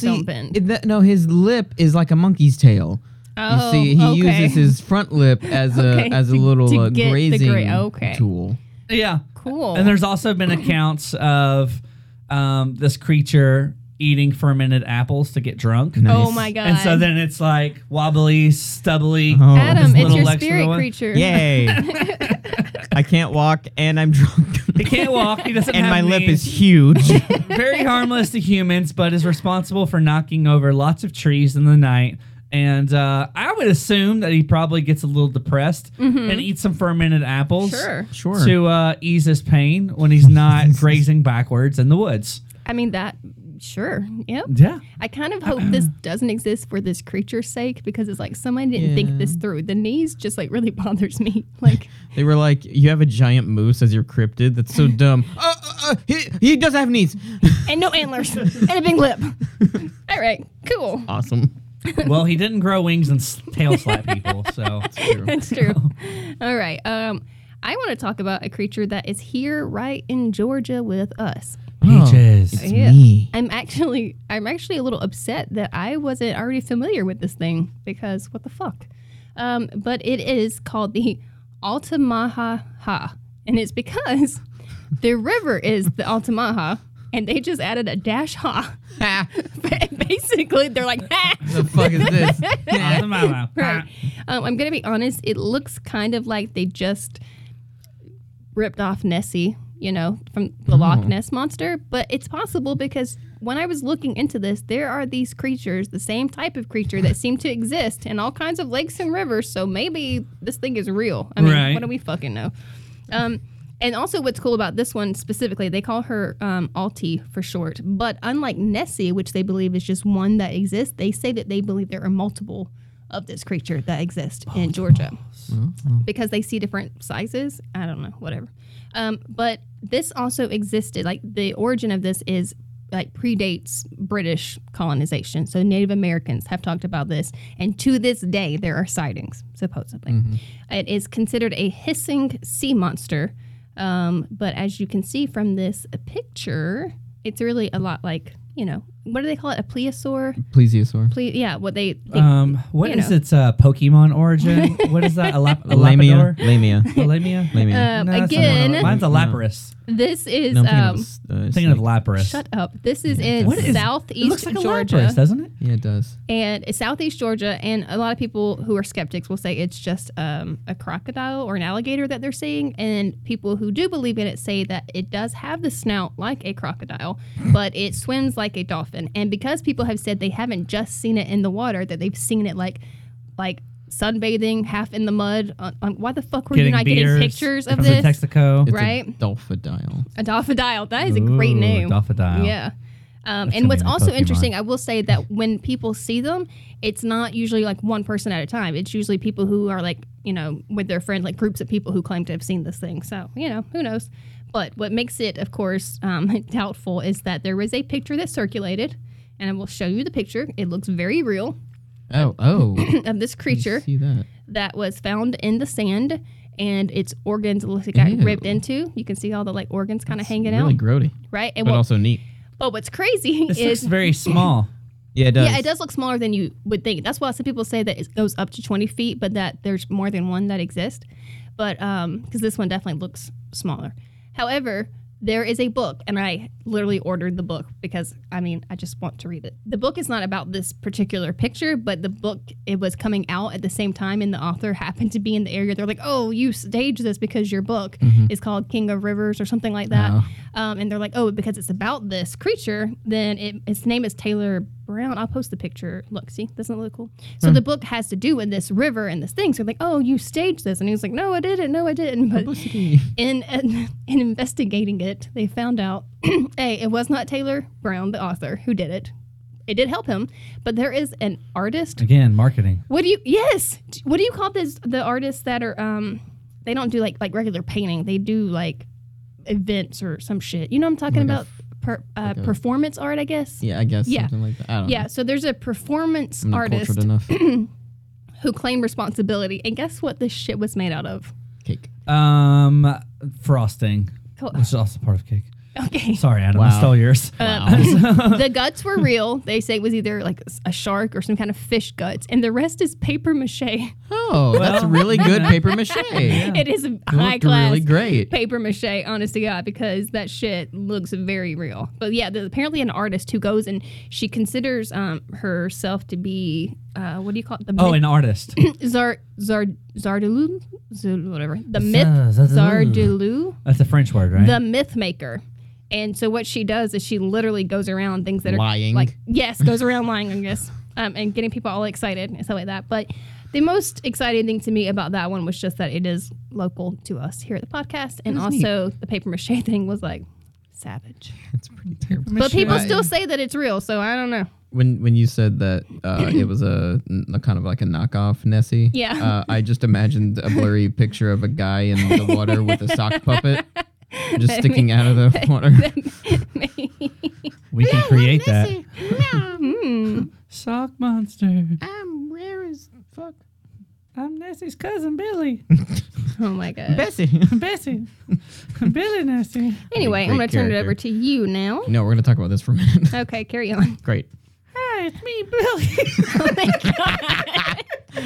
Speaker 4: Oh, see,
Speaker 2: don't bend.
Speaker 4: it- that- no, his lip is like a monkey's tail.
Speaker 2: Oh,
Speaker 4: you see, he
Speaker 2: okay.
Speaker 4: uses his front lip as a
Speaker 2: Okay,
Speaker 4: as a
Speaker 2: to-
Speaker 4: little
Speaker 2: to
Speaker 4: uh,
Speaker 2: get the
Speaker 4: grazing
Speaker 2: gra- okay.
Speaker 4: tool.
Speaker 3: Yeah.
Speaker 2: Cool.
Speaker 3: And there's also been accounts of um, this creature eating fermented apples to get drunk.
Speaker 2: oh
Speaker 4: Nice.
Speaker 2: my god.
Speaker 3: And so then it's like wobbly, stubbly.
Speaker 4: Oh.
Speaker 2: Adam, it's
Speaker 3: little
Speaker 2: your
Speaker 3: Lex
Speaker 2: spirit
Speaker 3: little one.
Speaker 2: creature.
Speaker 4: Yay! I can't walk and I'm drunk,
Speaker 3: He can't walk. He doesn't
Speaker 4: and
Speaker 3: have
Speaker 4: my lip is
Speaker 3: knees.
Speaker 4: huge.
Speaker 3: very harmless to humans, but is responsible for knocking over lots of trees in the night. And uh, I would assume that he probably gets a little depressed and eats some fermented apples
Speaker 2: Mm-hmm. Sure.
Speaker 4: Sure.
Speaker 3: to uh, ease his pain when he's not grazing backwards in the woods.
Speaker 2: I mean that. Sure. Yep.
Speaker 3: Yeah.
Speaker 2: I kind of hope this doesn't exist for this creature's sake because it's like someone didn't think this through. The knees just like really bothers me. Like,
Speaker 4: They were like, "You have a giant moose as your cryptid. That's so dumb." Uh, uh, uh, he, he does have knees.
Speaker 2: and no antlers and a big lip. All right. Cool.
Speaker 4: awesome.
Speaker 3: well, he didn't grow wings and s- tail slap people, so
Speaker 2: That's true. All right. Um, I want to talk about a creature that is here right in Georgia with us.
Speaker 3: peaches.
Speaker 4: It's me.
Speaker 2: I'm actually I'm actually a little upset that I wasn't already familiar with this thing because what the fuck. Um, but it is called the Altamaha Ha, and it's because the river is the Altamaha, and they just added a dash ha. Basically, they're like, "Ah."
Speaker 4: the fuck is this?
Speaker 3: Uh,
Speaker 2: right. Um, I'm gonna be honest. It looks kind of like they just ripped off Nessie, you know, from the Loch Ness monster. But it's possible because when I was looking into this, there are these creatures, the same type of creature that seem to exist in all kinds of lakes and rivers. So maybe this thing is real. I mean,
Speaker 3: Right.
Speaker 2: what do we fucking know? Um, and also, what's cool about this one specifically, they call her um, Alti for short. But unlike Nessie, which they believe is just one that exists, they say that they believe there are multiple of this creature that exist in Georgia because they see different sizes. I don't know, whatever. Um, but this also existed. Like the origin of this is like predates British colonization. So Native Americans have talked about this, and to this day there are sightings. Supposedly,
Speaker 3: Mm-hmm.
Speaker 2: It is considered a hissing sea monster. Um, but as you can see from this picture, it's really a lot like you know what do they call it? A plesiosaur?
Speaker 4: Plesiosaur.
Speaker 2: Ple- yeah, what they uh, think.
Speaker 3: Um, what
Speaker 2: You
Speaker 3: is
Speaker 2: know.
Speaker 3: its uh, Pokemon origin? what is that? A, lap- a
Speaker 4: Lamia.
Speaker 3: Lapidor?
Speaker 4: Lamia.
Speaker 3: A Lamia?
Speaker 4: Lamia.
Speaker 2: Um,
Speaker 3: No, that's not
Speaker 2: again,
Speaker 3: one. mine's a Lapras.
Speaker 2: This is
Speaker 4: No, I'm thinking of
Speaker 2: um,
Speaker 4: s- uh,
Speaker 3: Thinking of
Speaker 4: snake.
Speaker 3: Lapras.
Speaker 2: shut up. This is
Speaker 4: Yeah,
Speaker 2: in
Speaker 4: What is- it
Speaker 2: southeast
Speaker 3: it looks like
Speaker 2: Georgia.
Speaker 3: a Lapras, doesn't it?
Speaker 4: Yeah, it does.
Speaker 2: and it's southeast Georgia. And a lot of people who are skeptics will say it's just um, a crocodile or an alligator that they're seeing. And people who do believe in it say that it does have the snout like a crocodile, but it swims like a dolphin. And because people have said they haven't just seen it in the water, that they've seen it like, like sunbathing, half in the mud. On, on, why the fuck were you not
Speaker 3: beers
Speaker 2: getting pictures of
Speaker 3: from
Speaker 2: this?
Speaker 3: the Texaco.
Speaker 4: It's A
Speaker 2: Right?
Speaker 4: dolphadile.
Speaker 2: A Dolphidile. That is a great
Speaker 3: Ooh,
Speaker 2: name.
Speaker 3: Dolphidile.
Speaker 2: Yeah. Um,
Speaker 3: gonna
Speaker 2: and what's
Speaker 3: be my
Speaker 2: also
Speaker 3: Pokemon.
Speaker 2: interesting, I will say that when people see them, it's not usually like one person at a time. It's usually people who are like, you know, with their friends, like groups of people who claim to have seen this thing. So, you know, who knows? But what makes it, of course, um, doubtful is that there was a picture that circulated, and I will show you the picture. It looks very real
Speaker 4: Oh, oh. I
Speaker 2: of this creature
Speaker 4: See that?
Speaker 2: that was found in the sand, and its organs look like got
Speaker 4: Ew.
Speaker 2: ripped into. You can see all the like organs kind of
Speaker 4: It's
Speaker 2: hanging
Speaker 4: really
Speaker 2: out,
Speaker 4: grody,
Speaker 2: right? And
Speaker 4: but
Speaker 2: what-
Speaker 4: also neat.
Speaker 2: but what's crazy
Speaker 3: This looks
Speaker 2: is
Speaker 3: very small.
Speaker 4: Yeah, it does.
Speaker 2: yeah, it does look smaller than you would think. That's why some people say that it goes up to 20 feet, but that there's more than one that exist. But um, because this one definitely looks smaller. However, there is a book, and I literally ordered the book because I mean I just want to read it. The book is not about this particular picture, but the book it was coming out at the same time, and the author happened to be in the area. They're like, "Oh, you staged this because your book is called King of Rivers or something like that."
Speaker 4: Wow.
Speaker 2: Um, and they're like, oh, because it's about this creature, then it, its name is Taylor Brown. I'll post the picture. Look, see, doesn't it look cool? So the book has to do with this river and this thing. So like, oh, you staged this, and he's like, no, I didn't. No, I didn't. But
Speaker 4: Publicity.
Speaker 2: in in, in investigating it, they found out, a, it was not Taylor Brown, the author, who did it. It did help him, but there is an artist.
Speaker 3: Again, marketing.
Speaker 2: What do you? Yes. What do you call this? The artists that are um, they don't do like like regular painting. They do like events or some shit. You know what I'm talking
Speaker 4: Like a
Speaker 2: about? Per, uh,
Speaker 4: like a-
Speaker 2: performance art, I guess.
Speaker 4: Yeah, I guess
Speaker 2: Yeah.
Speaker 4: something like that. I don't
Speaker 2: Yeah,
Speaker 4: know.
Speaker 2: so there's a performance
Speaker 4: I'm not
Speaker 2: artist
Speaker 4: cultured enough.
Speaker 2: who claimed responsibility, and guess what? This shit was made out of.
Speaker 4: Cake.
Speaker 3: Um, frosting,
Speaker 2: Co-
Speaker 3: which is also part of cake.
Speaker 2: Okay,
Speaker 3: Sorry, Adam, I
Speaker 4: Wow.
Speaker 3: stole yours.
Speaker 2: Uh, the guts were real. They say it was either like a shark or some kind of fish guts, and the rest is paper mache.
Speaker 4: Oh, that's
Speaker 3: Well-
Speaker 4: really good paper mache.
Speaker 2: It is high
Speaker 4: Looked
Speaker 2: class.
Speaker 4: really great.
Speaker 2: paper mache, honest to God, because that shit looks very real. But yeah, there's apparently an artist who goes and she considers um, herself to be uh, what do you call it? The
Speaker 3: Oh,
Speaker 2: myth,
Speaker 3: an artist.
Speaker 2: Zar Zar Zardalu, Zul- whatever. The
Speaker 3: Zar-
Speaker 2: myth
Speaker 3: Zardalu.
Speaker 2: Zardalu,
Speaker 3: That's a French word, right?
Speaker 2: the myth maker. And so what she does is she literally goes around things that are
Speaker 4: Lying.
Speaker 2: like yes, goes around lying, I guess, um, and getting people all excited and stuff like that. But the most exciting thing to me about that one was just that it is local to us here at the podcast, and also the paper mache thing was like savage.
Speaker 4: It's pretty terrible.
Speaker 2: But people
Speaker 4: Right.
Speaker 2: still say that it's real, so I don't know.
Speaker 4: when when you said that uh, it was a, a kind of like a knockoff Nessie,
Speaker 2: Yeah.
Speaker 4: uh, I just imagined a blurry picture of a guy in the water with a sock puppet just sticking out of the water.
Speaker 3: we can create that.
Speaker 2: Hmm.
Speaker 3: Sock monster.
Speaker 4: I'm rare as fuck.
Speaker 3: I'm Nessie's cousin, Billy.
Speaker 2: oh my god.
Speaker 4: Bessie.
Speaker 3: Bessie. Billy Nessie.
Speaker 2: Anyway, I'm
Speaker 4: Great
Speaker 2: gonna turn it
Speaker 4: character.
Speaker 2: over to you now.
Speaker 4: No, we're gonna talk about this for a minute.
Speaker 2: Okay, carry on.
Speaker 4: Great.
Speaker 3: Hi, it's me, Billy.
Speaker 2: Oh my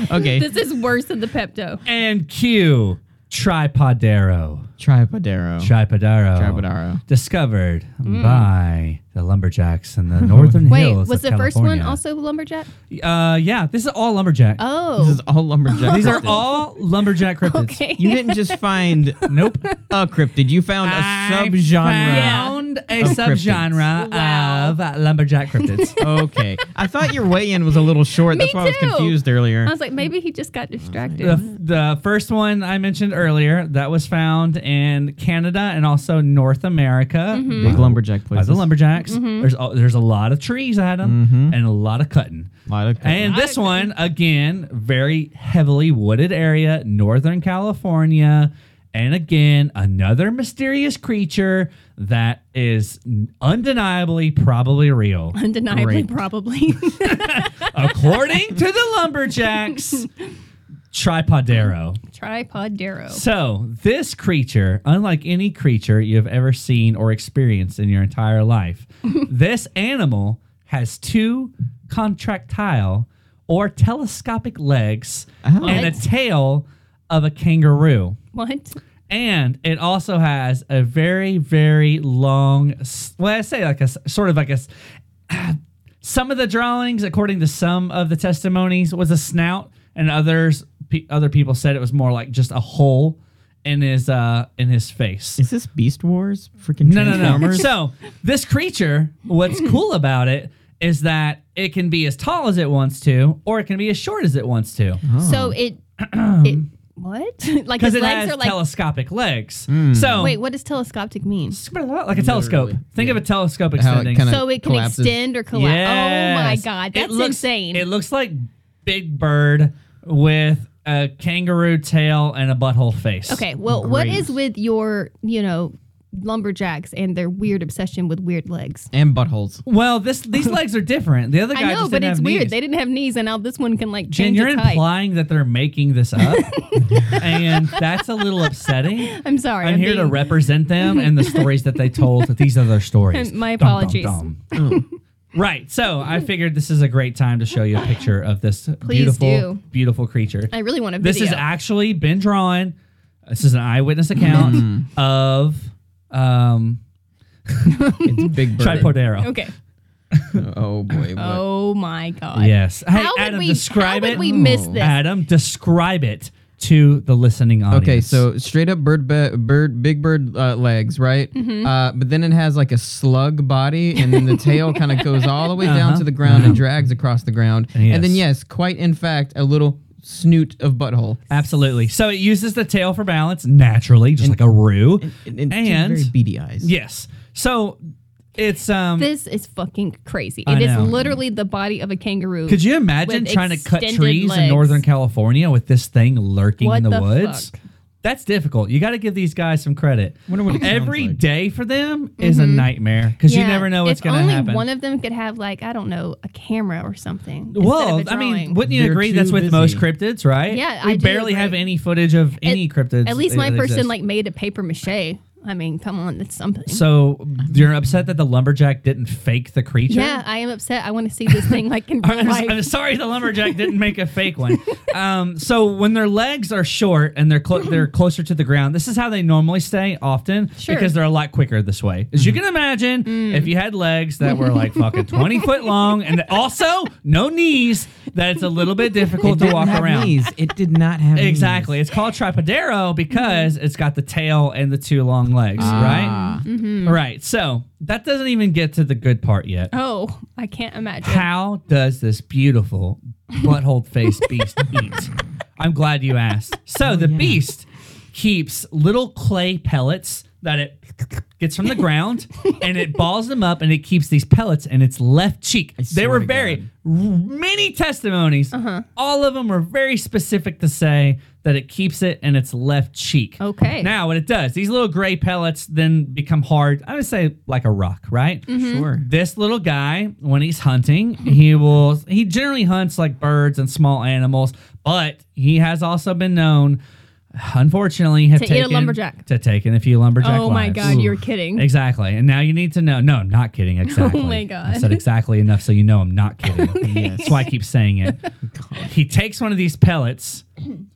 Speaker 2: god.
Speaker 4: Okay.
Speaker 2: this is worse than the Pepto.
Speaker 3: and Q. Tripodero.
Speaker 4: Tripodero.
Speaker 3: Tripodero.
Speaker 4: Tripodero.
Speaker 3: Discovered by the lumberjacks in the northern
Speaker 2: Hmm. Wait,
Speaker 3: hills.
Speaker 2: was the
Speaker 3: of
Speaker 2: first one
Speaker 3: California.
Speaker 2: also lumberjack?
Speaker 3: Uh, yeah, this is all lumberjack.
Speaker 2: Oh,
Speaker 4: This is all lumberjack.
Speaker 3: These are
Speaker 4: cryptids.
Speaker 3: all lumberjack cryptids.
Speaker 2: okay.
Speaker 4: You didn't just find
Speaker 3: Nope.
Speaker 4: a cryptid. You found a
Speaker 3: I
Speaker 4: subgenre.
Speaker 3: Found a
Speaker 4: Of
Speaker 3: subgenre
Speaker 2: Wow.
Speaker 3: of uh, lumberjack cryptids.
Speaker 4: Okay. I thought your weigh-in was a little short.
Speaker 2: Me
Speaker 4: That's why I was
Speaker 2: too.
Speaker 4: confused earlier.
Speaker 2: I was like, maybe he just got distracted.
Speaker 3: the, the first one I mentioned earlier that was found in Canada and also North America.
Speaker 2: Mm-hmm.
Speaker 4: Big lumberjack
Speaker 3: By
Speaker 4: places. Mm-hmm.
Speaker 3: the lumberjacks, there's a, there's a lot of trees, Adam, and a lot of cutting.
Speaker 4: Lot of-
Speaker 3: And this
Speaker 2: Lot of
Speaker 3: one, again, very heavily wooded area, Northern California. And again, another mysterious creature that is undeniably probably real.
Speaker 2: Undeniably,
Speaker 4: Great.
Speaker 2: probably.
Speaker 3: According to the lumberjacks, Tripodero.
Speaker 2: Tripod Darrow.
Speaker 3: So, this creature, unlike any creature you have ever seen or experienced in your entire life, this animal has two contractile or telescopic legs
Speaker 4: Oh.
Speaker 3: and a tail of a kangaroo.
Speaker 2: What?
Speaker 3: And it also has a very, very long, s- well, I say like a s- sort of like a, s- some of the drawings, according to some of the testimonies, was a snout, and others, pe- other people said it was more like just a hole in his uh in his face.
Speaker 4: Is this Beast Wars? Freaking
Speaker 3: No, no, no.
Speaker 4: Transformers?
Speaker 3: So this creature, what's cool about it is that it can be as tall as it wants to, or it can be as short as it wants to,
Speaker 4: Uh-huh.
Speaker 2: So it, it what? like
Speaker 3: because it
Speaker 2: his legs
Speaker 3: has oh.
Speaker 2: are like.
Speaker 3: telescopic legs.
Speaker 4: Hmm.
Speaker 3: So
Speaker 2: wait, what does telescopic mean?
Speaker 3: like a telescope. Think of a telescope
Speaker 4: How it
Speaker 3: extending.
Speaker 4: kinda-
Speaker 2: So it can
Speaker 4: collapses.
Speaker 2: extend or collapse. Oh my
Speaker 3: Yes.
Speaker 2: god,
Speaker 3: It
Speaker 2: that's
Speaker 3: looks-
Speaker 2: insane.
Speaker 3: It looks like Big Bird with a kangaroo tail and a butthole face.
Speaker 2: okay, well, what
Speaker 4: Great.
Speaker 2: is with your you know lumberjacks and their weird obsession with weird legs?
Speaker 4: and buttholes.
Speaker 3: Well, this these legs are different. The other guy
Speaker 2: I know,
Speaker 3: just
Speaker 2: but
Speaker 3: didn't
Speaker 2: it's
Speaker 3: have
Speaker 2: weird.
Speaker 3: knees.
Speaker 2: They didn't have knees, and now this one can like
Speaker 3: Jen,
Speaker 2: change
Speaker 3: you're
Speaker 2: its height.
Speaker 3: implying that they're making this up, and that's a little upsetting.
Speaker 2: I'm sorry.
Speaker 3: I'm here to
Speaker 2: being-
Speaker 3: represent them and the stories that they told. These are their stories.
Speaker 2: My
Speaker 3: Dum, dum,
Speaker 2: apologies.
Speaker 3: dum. Right. So I figured this is a great time to show you a picture of this beautiful,
Speaker 2: do.
Speaker 3: beautiful creature.
Speaker 2: I really want to.
Speaker 3: This has actually been drawn. uh, This is an eyewitness
Speaker 4: Mm-hmm.
Speaker 3: account of um,
Speaker 4: It's Big Bird.
Speaker 3: Tripodero.
Speaker 2: okay.
Speaker 4: Oh boy. what?
Speaker 2: Oh my god.
Speaker 3: Yes. Hey,
Speaker 2: How would
Speaker 3: Adam,
Speaker 2: we?
Speaker 3: describe
Speaker 2: how would
Speaker 3: it.
Speaker 2: we miss this?
Speaker 3: Adam, describe it to the listening audience.
Speaker 4: Okay, so straight up bird, be- bird, big bird uh, legs, right? Uh, but then it has like a slug body, and then the tail kind of goes all the
Speaker 3: Uh-huh.
Speaker 4: way down to the ground and drags across the ground. And then yes, quite in fact, a little snoot of butthole.
Speaker 3: Absolutely. So it uses the tail for balance naturally, just like a roux.
Speaker 4: And, and, two
Speaker 3: And-
Speaker 4: very beady eyes.
Speaker 3: Yes. So it's um.
Speaker 2: This is fucking crazy.
Speaker 3: I
Speaker 2: It is
Speaker 3: know.
Speaker 2: literally the body of a kangaroo.
Speaker 3: could you imagine
Speaker 2: with
Speaker 3: trying to cut
Speaker 2: extended
Speaker 3: trees in
Speaker 2: legs.
Speaker 3: Northern California with this thing lurking
Speaker 2: What
Speaker 3: in the,
Speaker 2: the
Speaker 3: woods?
Speaker 2: fuck?
Speaker 3: That's difficult. You got to give these guys some credit.
Speaker 4: Wonder what it sounds
Speaker 3: Every day
Speaker 4: like.
Speaker 3: for them is a nightmare because you
Speaker 2: Mm-hmm. Yeah,
Speaker 3: never know what's
Speaker 2: if
Speaker 3: going to
Speaker 2: only
Speaker 3: happen.
Speaker 2: one of them could have like I don't know a camera or something. instead
Speaker 3: well,
Speaker 2: of a
Speaker 3: I mean,
Speaker 2: drawing.
Speaker 3: wouldn't you
Speaker 4: They're
Speaker 3: agree
Speaker 4: too
Speaker 3: that's with most
Speaker 4: busy.
Speaker 3: cryptids, right?
Speaker 2: Yeah,
Speaker 3: we
Speaker 2: I do
Speaker 3: barely have
Speaker 2: agree.
Speaker 3: any footage of any cryptids.
Speaker 2: at least my
Speaker 3: that
Speaker 2: person
Speaker 3: exist.
Speaker 2: like made a paper mache. I mean, come on, that's something.
Speaker 3: So you're upset that the lumberjack didn't fake the creature?
Speaker 2: yeah, I am upset. I want to see this thing like in real
Speaker 3: I'm,
Speaker 2: life.
Speaker 3: I'm sorry the lumberjack didn't make a fake one. Um, so when their legs are short and they're clo- they're closer to the ground, this is how they normally stay often
Speaker 2: Sure.
Speaker 3: because they're a lot quicker this way. As
Speaker 4: Mm-hmm.
Speaker 3: you can imagine,
Speaker 4: Mm.
Speaker 3: if you had legs that were like fucking 20 foot long and also no knees, that it's a little bit difficult to
Speaker 4: Didn't
Speaker 3: walk
Speaker 4: have
Speaker 3: around.
Speaker 4: knees. It did not have knees.
Speaker 3: Exactly. It's called Tripodero because it's got the tail and the two long legs,
Speaker 4: Mm-hmm. Ah.
Speaker 3: right? Right. So that doesn't even get to the good part yet.
Speaker 2: oh, I can't imagine.
Speaker 3: How does this beautiful butthole face beast eat? I'm glad you asked. So
Speaker 4: Oh,
Speaker 3: the beast keeps little clay pellets that it gets from the ground and it balls them up and it keeps these pellets in its left cheek. They
Speaker 4: swear
Speaker 3: were
Speaker 4: to
Speaker 3: very many testimonies.
Speaker 2: Uh-huh.
Speaker 3: All of them were very specific to say that it keeps it in its left cheek.
Speaker 2: Okay.
Speaker 3: Now what it does, these little gray pellets then become hard. I would say like a rock, right?
Speaker 2: Mm-hmm.
Speaker 4: Sure.
Speaker 3: this little guy when he's hunting he will he generally hunts like birds and small animals but he has also been known unfortunately have
Speaker 2: To eat a
Speaker 3: taken
Speaker 2: lumberjack.
Speaker 3: to taken a few lumberjack
Speaker 2: oh my
Speaker 3: lives.
Speaker 2: god, you're kidding. Oh
Speaker 3: exactly and now you need to know no I'm not kidding exactly
Speaker 2: my God. Oh
Speaker 3: i said exactly enough so you know i'm not kidding that's why i keep saying it he takes one of these pellets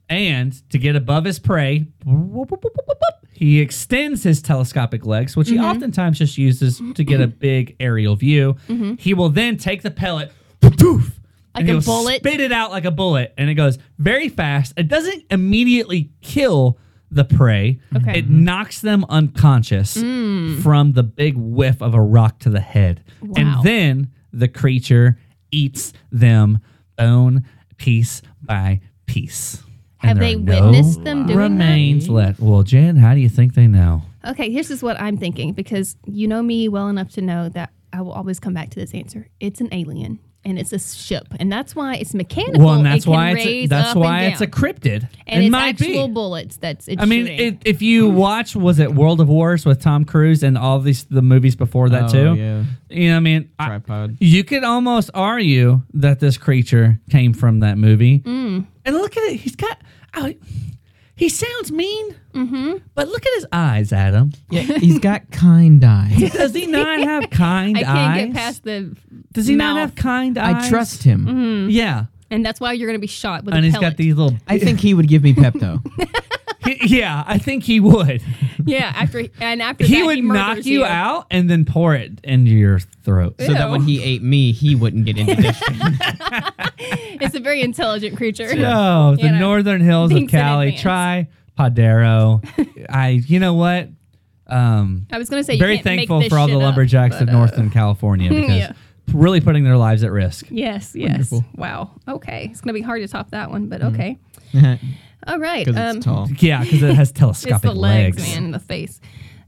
Speaker 3: and to get above his prey, he extends his telescopic legs, which he
Speaker 2: Mm-hmm.
Speaker 3: oftentimes just uses to get a big aerial view. He will then take the pellet, poof,
Speaker 2: Mm-hmm. Like
Speaker 3: and
Speaker 2: a
Speaker 3: he'll
Speaker 2: bullet?
Speaker 3: spit it out like a bullet, and it goes very fast. It doesn't immediately kill the prey.
Speaker 2: Okay. Mm.
Speaker 3: It knocks them unconscious from the big whiff of a rock to the head,
Speaker 2: Wow.
Speaker 3: and then the creature eats them bone piece by piece. And
Speaker 2: Have
Speaker 3: there
Speaker 2: they
Speaker 3: are
Speaker 2: witnessed them doing that?
Speaker 3: remains left. Well, Jen, how do you think they know?
Speaker 2: Okay, here's just what I'm thinking because you know me well enough to know that I will always come back to this answer. It's an alien and it's a ship, and that's why it's mechanical.
Speaker 3: well, and
Speaker 2: It
Speaker 3: that's
Speaker 2: can
Speaker 3: why it's a,
Speaker 2: raise
Speaker 3: that's
Speaker 2: up
Speaker 3: why
Speaker 2: and
Speaker 3: it's a
Speaker 2: down.
Speaker 3: cryptid.
Speaker 2: and
Speaker 3: it
Speaker 2: it's
Speaker 3: might
Speaker 2: actual
Speaker 3: be.
Speaker 2: bullets. That's it's
Speaker 3: I mean,
Speaker 2: shooting.
Speaker 3: it, if you watch, was it World of Wars with Tom Cruise and all these the movies before that
Speaker 4: Oh,
Speaker 3: too?
Speaker 4: yeah.
Speaker 3: You know, what I mean, I-
Speaker 4: Tripod.
Speaker 3: you could almost argue that this creature came from that movie.
Speaker 2: Mm.
Speaker 3: And look at it; he's got. Oh, he sounds mean,
Speaker 2: Mm-hmm.
Speaker 3: but look at his eyes, Adam.
Speaker 4: Yeah, he's got kind eyes.
Speaker 3: Does he not have kind
Speaker 2: I can't
Speaker 3: eyes?
Speaker 2: get past the.
Speaker 3: Does he not
Speaker 2: mouth.
Speaker 3: have kind eyes? Mm-hmm.
Speaker 4: I trust him.
Speaker 3: Yeah,
Speaker 2: And that's why you're going to be shot with
Speaker 3: and
Speaker 2: a
Speaker 3: he's
Speaker 2: pellet.
Speaker 3: got these little.
Speaker 4: I think he would give me Pepto.
Speaker 3: yeah, I think he would.
Speaker 2: Yeah, after and after
Speaker 3: He
Speaker 2: that,
Speaker 3: would knock
Speaker 2: murders
Speaker 3: you, out and then pour it into your throat.
Speaker 4: So that when he ate me, he wouldn't get any dish.
Speaker 2: It's a very intelligent creature.
Speaker 3: No, Oh, the
Speaker 2: You know,
Speaker 3: northern hills of
Speaker 2: thinks in
Speaker 3: Cali.
Speaker 2: advance.
Speaker 3: Try Padero. I, you know what? Um,
Speaker 2: I was gonna say
Speaker 3: very
Speaker 2: you can't make
Speaker 3: thankful
Speaker 2: this
Speaker 3: for all the
Speaker 2: shit up,
Speaker 3: lumberjacks
Speaker 2: but,
Speaker 3: of
Speaker 2: uh,
Speaker 3: Northern California because
Speaker 2: yeah.
Speaker 3: really putting their lives at risk.
Speaker 2: Yes, yes.
Speaker 3: Wonderful.
Speaker 2: Wow. Okay, it's gonna be hard to top that one, but okay.
Speaker 3: Mm-hmm.
Speaker 2: All right. um,
Speaker 4: because
Speaker 3: Um,
Speaker 4: it's tall.
Speaker 3: Yeah, because it has
Speaker 2: It's
Speaker 3: telescopic
Speaker 2: the legs,
Speaker 3: legs.
Speaker 2: man, the face.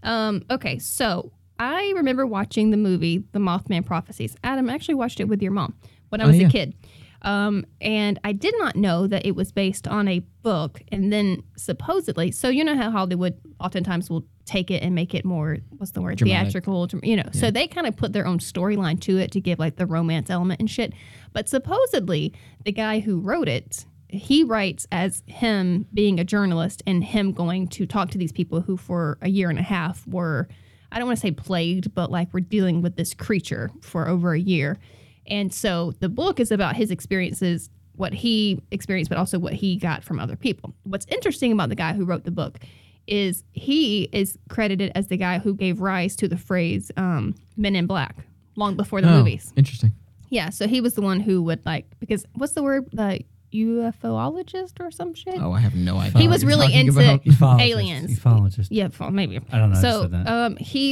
Speaker 2: Um, okay, so I remember watching the movie The Mothman Prophecies. Adam I actually watched it with your mom when I was
Speaker 4: yeah.
Speaker 2: a kid. Um, and I did not know that it was based on a book and then supposedly so you know how Hollywood oftentimes will take it and make it more what's the word
Speaker 4: Dramatic.
Speaker 2: theatrical dr- you know so they kind of put their own storyline to it to give like the romance element and shit but supposedly the guy who wrote it he writes as him being a journalist and him going to talk to these people who for a year and a half were i don't want to say plagued but like we're dealing with this creature for over a year and so the book is about his experiences what he experienced but also what he got from other people what's interesting about the guy who wrote the book is he is credited as the guy who gave rise to the phrase um, men in black long before the
Speaker 4: Oh,
Speaker 2: movies
Speaker 4: Interesting.
Speaker 2: yeah, so he was the one who would like because what's the word the UFOologist or some shit?
Speaker 4: Oh, I have no idea.
Speaker 2: he
Speaker 4: what
Speaker 2: was
Speaker 4: you're
Speaker 2: really
Speaker 4: talking
Speaker 2: into
Speaker 4: about.
Speaker 3: Ufologist,
Speaker 2: aliens.
Speaker 3: Ufologist.
Speaker 2: Yeah, fo- maybe.
Speaker 3: I don't know, I just
Speaker 2: So
Speaker 3: said that.
Speaker 2: um, he,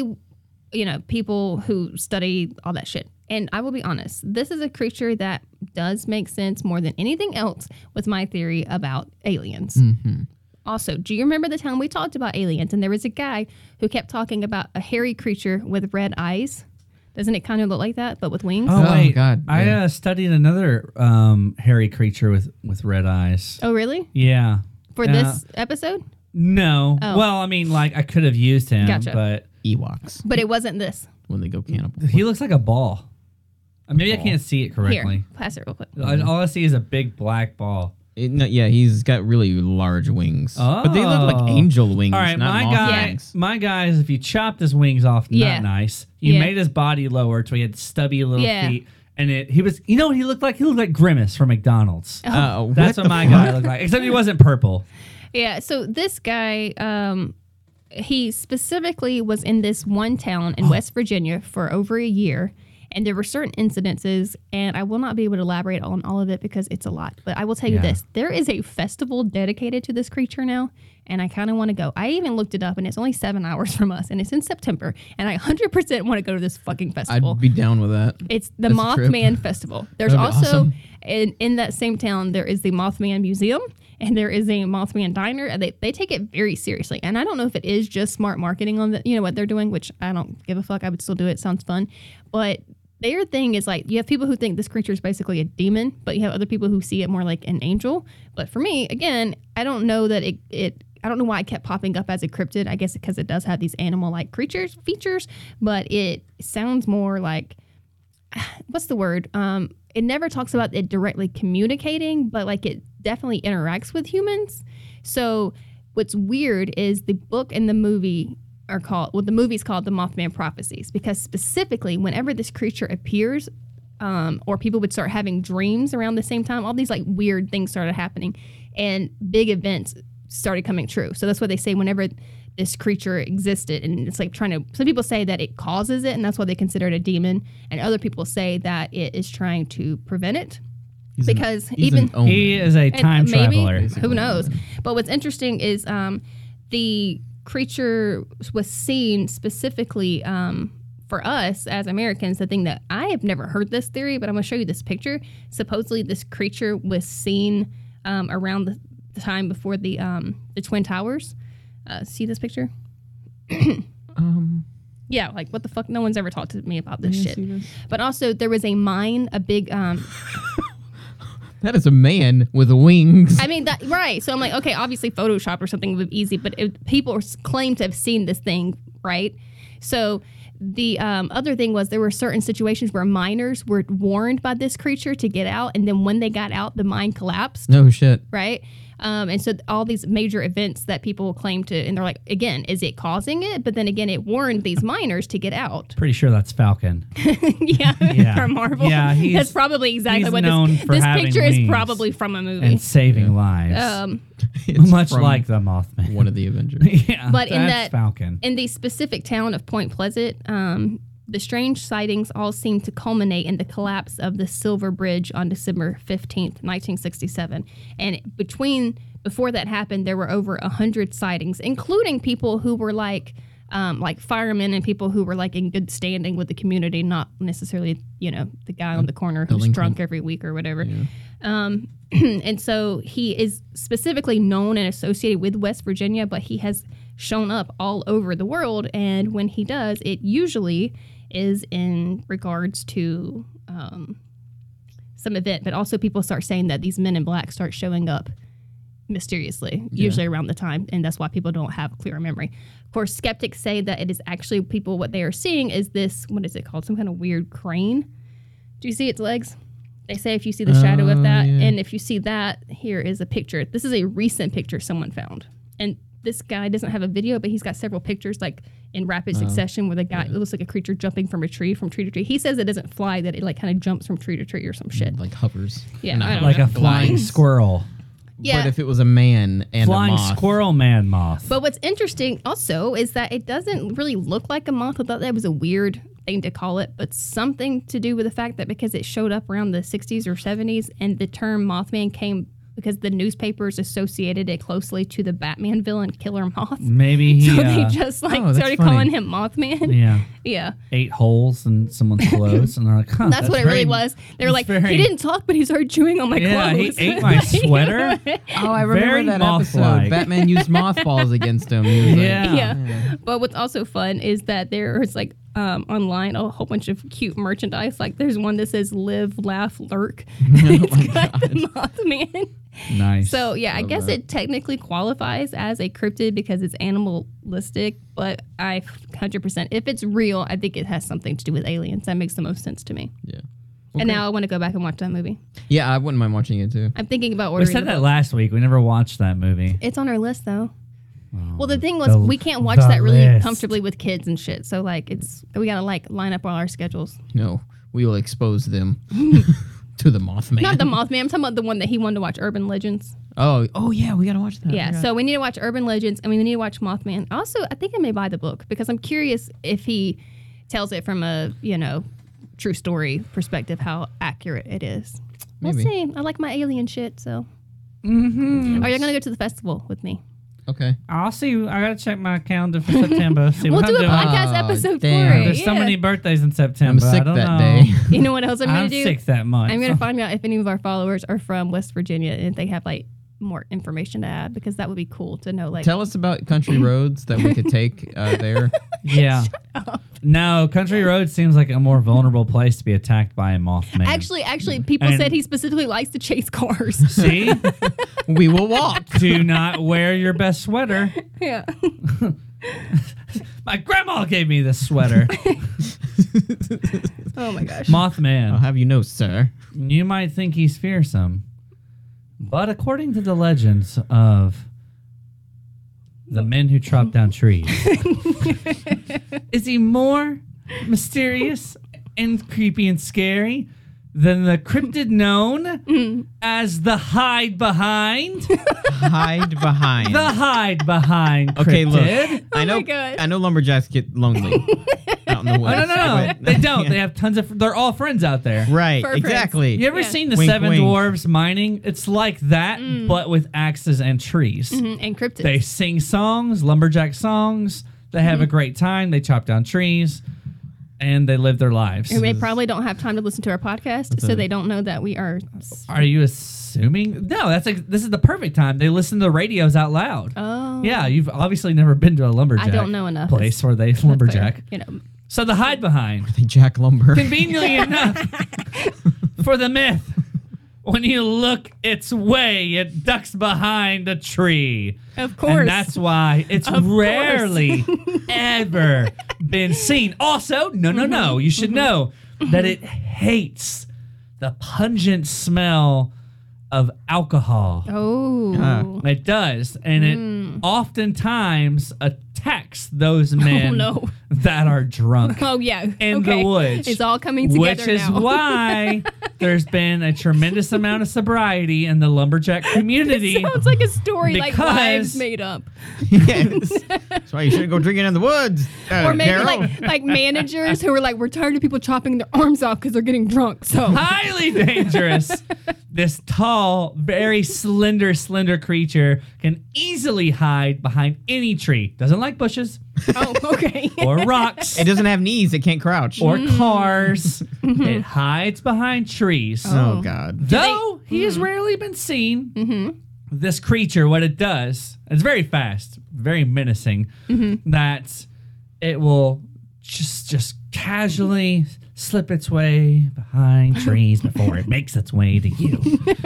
Speaker 2: you know, people who study all that shit. And I will be honest, this is a creature that does make sense more than anything else. Was my theory about aliens.
Speaker 3: Mm-hmm.
Speaker 2: Also, do you remember the time we talked about aliens and there was a guy who kept talking about a hairy creature with red eyes? Doesn't it kind of look like that, but with wings?
Speaker 3: Oh,
Speaker 4: Oh,
Speaker 3: wait,
Speaker 4: God,
Speaker 3: I
Speaker 4: yeah.
Speaker 3: uh, studied another um, hairy creature with with red eyes.
Speaker 2: oh really?
Speaker 3: Yeah.
Speaker 2: For
Speaker 3: Uh,
Speaker 2: this episode?
Speaker 3: No.
Speaker 2: Oh.
Speaker 3: Well, I mean, like I could have used him,
Speaker 2: Gotcha.
Speaker 3: but
Speaker 4: Ewoks
Speaker 2: But it wasn't this.
Speaker 4: when they go cannibal.
Speaker 3: he looks like a ball. Uh, Maybe I can't see it correctly.
Speaker 2: Here, pass it real quick.
Speaker 3: I-
Speaker 4: Mm-hmm.
Speaker 3: All I see is a big black ball.
Speaker 4: It- no, yeah, he's got really large wings, but they look
Speaker 3: Oh.
Speaker 4: like angel wings.
Speaker 3: All right,
Speaker 4: not
Speaker 3: my
Speaker 4: moth
Speaker 3: guy,
Speaker 4: wings.
Speaker 3: my guy is if you chopped his wings off,
Speaker 2: Yeah.
Speaker 3: not nice. You
Speaker 2: Yeah.
Speaker 3: made his body lower to he had stubby little
Speaker 2: Yeah.
Speaker 3: feet, and it he was. You know what he looked like? He looked like Grimace from McDonald's.
Speaker 2: Oh.
Speaker 4: Uh, what
Speaker 3: That's
Speaker 4: the
Speaker 3: what my
Speaker 4: fuck?
Speaker 3: guy looked like, except he wasn't purple.
Speaker 2: Yeah, so this guy, um, he specifically was in this one town in West Virginia for over a year. And there were certain incidences, and I will not be able to elaborate on all of it because it's a lot. But I will tell you
Speaker 3: Yeah.
Speaker 2: this there is a festival dedicated to this creature now, and I kind of want to go. I even looked it up, and it's only seven hours from us, and it's in September. And I 100% want to go to this fucking festival.
Speaker 4: I'd be down with that.
Speaker 2: It's the
Speaker 4: That's a trip.
Speaker 2: Mothman Festival. There's
Speaker 4: That'd be
Speaker 2: also
Speaker 4: awesome.
Speaker 2: in, in that same town there is the Mothman Museum and there is a Mothman diner. And They they take it very seriously. And I don't know if it is just smart marketing on the you know what they're doing, which I don't give a fuck. I would still do it. Sounds fun. But their thing is like you have people who think this creature is basically a demon, but you have other people who see it more like an angel. But for me, again, I don't know that it it I don't know why it kept popping up as a cryptid. I guess because it does have these animal like creatures features, but it sounds more like what's the word? Um, it never talks about it directly communicating, but like it definitely interacts with humans. So what's weird is the book and the movie are called well, the movie's called The Mothman Prophecies because specifically whenever this creature appears, um, or people would start having dreams around the same time, all these like weird things started happening and big events started coming true. So that's why they say whenever this creature existed and it's like trying to some people say that it causes it and that's why they consider it a demon and other people say that it is trying to prevent it
Speaker 4: He's an-
Speaker 2: because
Speaker 4: he's
Speaker 2: even
Speaker 4: an omen.
Speaker 3: He is a
Speaker 2: and uh,
Speaker 3: time
Speaker 2: maybe
Speaker 3: traveler.
Speaker 2: who knows but what's interesting is um the creature was seen specifically um for us as Americans, the thing that I have never heard this theory, but I'm going to show you this picture. Supposedly, this creature was seen um, around the the time before the um, the Twin Towers. Uh, see this picture?
Speaker 4: um,
Speaker 2: Yeah, like what the fuck? No one's ever talked to me about this
Speaker 4: I
Speaker 2: shit.
Speaker 4: see this.
Speaker 2: But also, there was a mine, a big um,
Speaker 4: that is a man with wings.
Speaker 2: I mean that right. So I'm like, okay, obviously Photoshop or something would be easy, but if people are s- claim to have seen this thing, right? So the um, other thing was there were certain situations where miners were warned by this creature to get out, and then when they got out, the mine collapsed,
Speaker 4: no shit.
Speaker 2: right? Um, and so th- all these major events that people claim to, and they're like, again, is it causing it? But then again, it warned these miners to get out.
Speaker 3: Pretty sure that's Falcon.
Speaker 2: yeah,
Speaker 3: Yeah.
Speaker 2: from Marvel.
Speaker 3: Yeah, he's-
Speaker 2: that's probably exactly
Speaker 3: he's
Speaker 2: what
Speaker 3: known
Speaker 2: this,
Speaker 3: for
Speaker 2: this
Speaker 3: having
Speaker 2: picture
Speaker 3: wings.
Speaker 2: is probably from a movie.
Speaker 3: and saving lives.
Speaker 2: um,
Speaker 4: It's
Speaker 3: Much
Speaker 4: from
Speaker 3: like the Mothman.
Speaker 4: one of the Avengers.
Speaker 3: yeah,
Speaker 2: But in
Speaker 3: that's
Speaker 2: that-
Speaker 3: Falcon.
Speaker 2: in the specific town of Point Pleasant, um, the strange sightings all seem to culminate in the collapse of the Silver Bridge on December 15th, 1967. And between before that happened, there were over 100 sightings, including people who were like um, like firemen and people who were like in good standing with the community, not necessarily, you know, the guy on the corner who's
Speaker 4: Delinquent.
Speaker 2: drunk every week or whatever. Um, and so he is specifically known and associated with West Virginia, but he has shown up all over the world. And when he does, it usually is in regards to um, some event, but also people start saying that these men in black start showing up mysteriously, usually around the time, and that's why people don't have a clear memory. Of course, skeptics say that it is actually people, what they are seeing is this, what is it called? Some kind of weird crane. Do you see its legs? They say if you see the shadow of
Speaker 4: Oh,
Speaker 2: that,
Speaker 4: yeah.
Speaker 2: and if you see that, here is a picture. This is a recent picture someone found. And this guy doesn't have a video, but he's got several pictures like in rapid succession where the guy, it looks like a creature jumping from a tree, from tree to tree. He says it doesn't fly, that it like kind of jumps from tree to tree or some shit.
Speaker 4: Like hovers.
Speaker 2: Yeah,
Speaker 4: Not
Speaker 2: I don't
Speaker 4: hovers.
Speaker 3: like a flying squirrel.
Speaker 2: Yeah.
Speaker 4: But if it was a man and a
Speaker 3: Flying
Speaker 4: moth,
Speaker 3: squirrel man moth.
Speaker 2: But what's interesting also is that it doesn't really look like a moth. I thought that was a weird thing to call it, but something to do with the fact that because it showed up around the 60s or 70s and the term Mothman came because the newspapers associated it closely to the Batman villain Killer Moth.
Speaker 3: Maybe he
Speaker 2: So
Speaker 3: uh,
Speaker 2: they just like
Speaker 4: Oh, that's
Speaker 2: started
Speaker 4: funny.
Speaker 2: calling him Mothman.
Speaker 3: yeah,
Speaker 2: Yeah.
Speaker 3: ate holes in someone's clothes, and they're like, huh,
Speaker 2: That's, what it
Speaker 3: very-
Speaker 2: really was. They were
Speaker 3: that's
Speaker 2: like,
Speaker 3: very-
Speaker 2: he didn't talk, but he started chewing on my
Speaker 3: Yeah, he
Speaker 2: clothes.
Speaker 3: ate my sweater.
Speaker 4: Oh, I
Speaker 3: remember
Speaker 4: remember
Speaker 3: Very that
Speaker 4: that
Speaker 3: moth-like. episode.
Speaker 4: episode. Batman used mothballs against him. He was like,
Speaker 3: Yeah.
Speaker 2: yeah. But what's also fun is that there is like um, online a whole bunch of cute merchandise. Like there's one that says "Live, Laugh, Lurk." it's got the Mothman.
Speaker 3: nice.
Speaker 2: So yeah, I
Speaker 4: Love
Speaker 2: guess
Speaker 4: that.
Speaker 2: it technically qualifies as a cryptid because it's animalistic. But I 100%, if it's real, I think it has something to do with aliens. That makes the most sense to me.
Speaker 4: yeah.
Speaker 2: And now I want to go back and watch that movie.
Speaker 4: Yeah, I wouldn't mind watching it too.
Speaker 2: I'm thinking about
Speaker 3: we
Speaker 2: ordering.
Speaker 3: said
Speaker 2: the
Speaker 3: that
Speaker 2: book.
Speaker 3: last week. We never watched that movie.
Speaker 2: It's on our list though. Well, the thing was,
Speaker 3: the-
Speaker 2: we can't watch
Speaker 3: the
Speaker 2: that really
Speaker 3: list.
Speaker 2: comfortably with kids and shit. So like, it's we gotta like line up all our schedules.
Speaker 4: No, we will expose them to the Mothman.
Speaker 2: Not the Mothman. I'm talking about the one that he wanted to watch, Urban Legends.
Speaker 4: oh, oh yeah, we gotta watch that.
Speaker 2: Yeah. So we need to watch Urban Legends, and we need to watch Mothman. Also, I think I may buy the book because I'm curious if he tells it from a you know true story perspective how accurate it is. We'll
Speaker 4: Maybe.
Speaker 2: see. I like my alien shit. So are you gonna go to the festival with me?
Speaker 4: Okay.
Speaker 3: Mm-hmm. I'll see. I gotta check my calendar for September. See
Speaker 2: We'll
Speaker 3: what
Speaker 2: do
Speaker 3: I'm
Speaker 2: a
Speaker 3: doing.
Speaker 2: podcast
Speaker 4: Oh,
Speaker 2: episode
Speaker 4: damn.
Speaker 2: for it.
Speaker 3: There's so
Speaker 2: yeah.
Speaker 3: many birthdays in
Speaker 4: I'm
Speaker 3: September. I
Speaker 4: sick
Speaker 3: don't
Speaker 4: that
Speaker 3: know.
Speaker 4: day.
Speaker 2: You know what else I'm gonna
Speaker 3: I'm
Speaker 2: do?
Speaker 3: sick that month.
Speaker 2: I'm gonna find out if any of our followers are from West Virginia and if they have like more information to add because that would be cool to know. Like,
Speaker 4: Tell us about country roads that we could take uh, there.
Speaker 3: Yeah. No, country road seems like a more vulnerable place to be attacked by a mothman.
Speaker 2: actually, actually, people
Speaker 3: And-
Speaker 2: said he specifically likes to chase cars.
Speaker 3: see,
Speaker 4: We will walk.
Speaker 3: do not wear your best sweater.
Speaker 2: yeah, Oh
Speaker 3: My grandma gave me this sweater.
Speaker 2: oh my gosh.
Speaker 4: I'll
Speaker 3: Mothman.
Speaker 4: have you know, sir.
Speaker 3: You might think he's fearsome, but according to the legends of the men who chop down trees, is he more mysterious and creepy and scary than the cryptid
Speaker 2: Mm-hmm.
Speaker 3: known as the hide behind?
Speaker 4: Hide behind.
Speaker 3: the hide behind.
Speaker 4: okay,
Speaker 3: cryptid.
Speaker 4: look.
Speaker 2: Oh
Speaker 4: I
Speaker 2: my
Speaker 4: know.
Speaker 2: God.
Speaker 4: I know lumberjacks get lonely. out in the
Speaker 3: Oh,
Speaker 4: woods.
Speaker 3: no, no, no.
Speaker 4: but-
Speaker 3: They don't. They have tons of. They're all friends out there.
Speaker 4: Right.
Speaker 2: Fur friends.
Speaker 4: exactly.
Speaker 3: You ever
Speaker 2: Yeah.
Speaker 3: seen the
Speaker 4: Wink,
Speaker 3: Seven
Speaker 4: wink.
Speaker 3: Dwarves mining? It's like that, but with axes and trees.
Speaker 2: Mm, And cryptids.
Speaker 3: They sing songs, lumberjack songs. They have
Speaker 2: Mm-hmm.
Speaker 3: a great time. They chop down trees, and they live their lives.
Speaker 2: And they probably don't have time to listen to our podcast, so
Speaker 4: a-
Speaker 2: they don't know that we are.
Speaker 3: Are you assuming? No, that's like this is the perfect time. They listen to the radios out loud.
Speaker 2: Oh,
Speaker 3: Yeah, you've obviously never been to a lumberjack.
Speaker 2: I don't know enough.
Speaker 3: place where they
Speaker 2: That's fair.
Speaker 3: lumberjack.
Speaker 2: You know,
Speaker 3: So the hide behind.
Speaker 4: They jack lumber.
Speaker 3: conveniently enough for the myth when you look its way it ducks behind a tree
Speaker 2: of course.
Speaker 3: and that's why it's
Speaker 2: Of course.
Speaker 3: rarely ever been seen also no no
Speaker 2: Mm-hmm.
Speaker 3: no you should know that it hates the pungent smell of alcohol.
Speaker 2: Oh. Mm.
Speaker 3: It does, and it oftentimes attacks those men
Speaker 2: Oh, no.
Speaker 3: that are drunk.
Speaker 2: oh yeah.
Speaker 3: in
Speaker 2: okay.
Speaker 3: the woods.
Speaker 2: It's all coming together
Speaker 3: Which is
Speaker 2: now.
Speaker 3: why there's been a tremendous amount of sobriety in the lumberjack community.
Speaker 2: Sounds like a story like
Speaker 3: Because-
Speaker 2: lives made up,
Speaker 4: yes. That's why you shouldn't go drinking in the woods. Uh,
Speaker 2: or maybe
Speaker 4: Daryl.
Speaker 2: like like managers who were like, "We're tired of people chopping their arms off because they're getting drunk." So
Speaker 3: highly dangerous. this tall, very slender, slender creature can easily hide behind any tree. Doesn't like bushes
Speaker 2: oh, okay.
Speaker 3: or rocks
Speaker 4: it doesn't have knees. It can't crouch.
Speaker 3: or
Speaker 2: Mm.
Speaker 3: cars.
Speaker 2: Mm-hmm.
Speaker 3: it hides behind trees.
Speaker 4: oh God.
Speaker 3: Though he has rarely been seen, this creature, what it does, it's very fast, very menacing, that it will just just casually slip its way behind trees before it makes its way to you.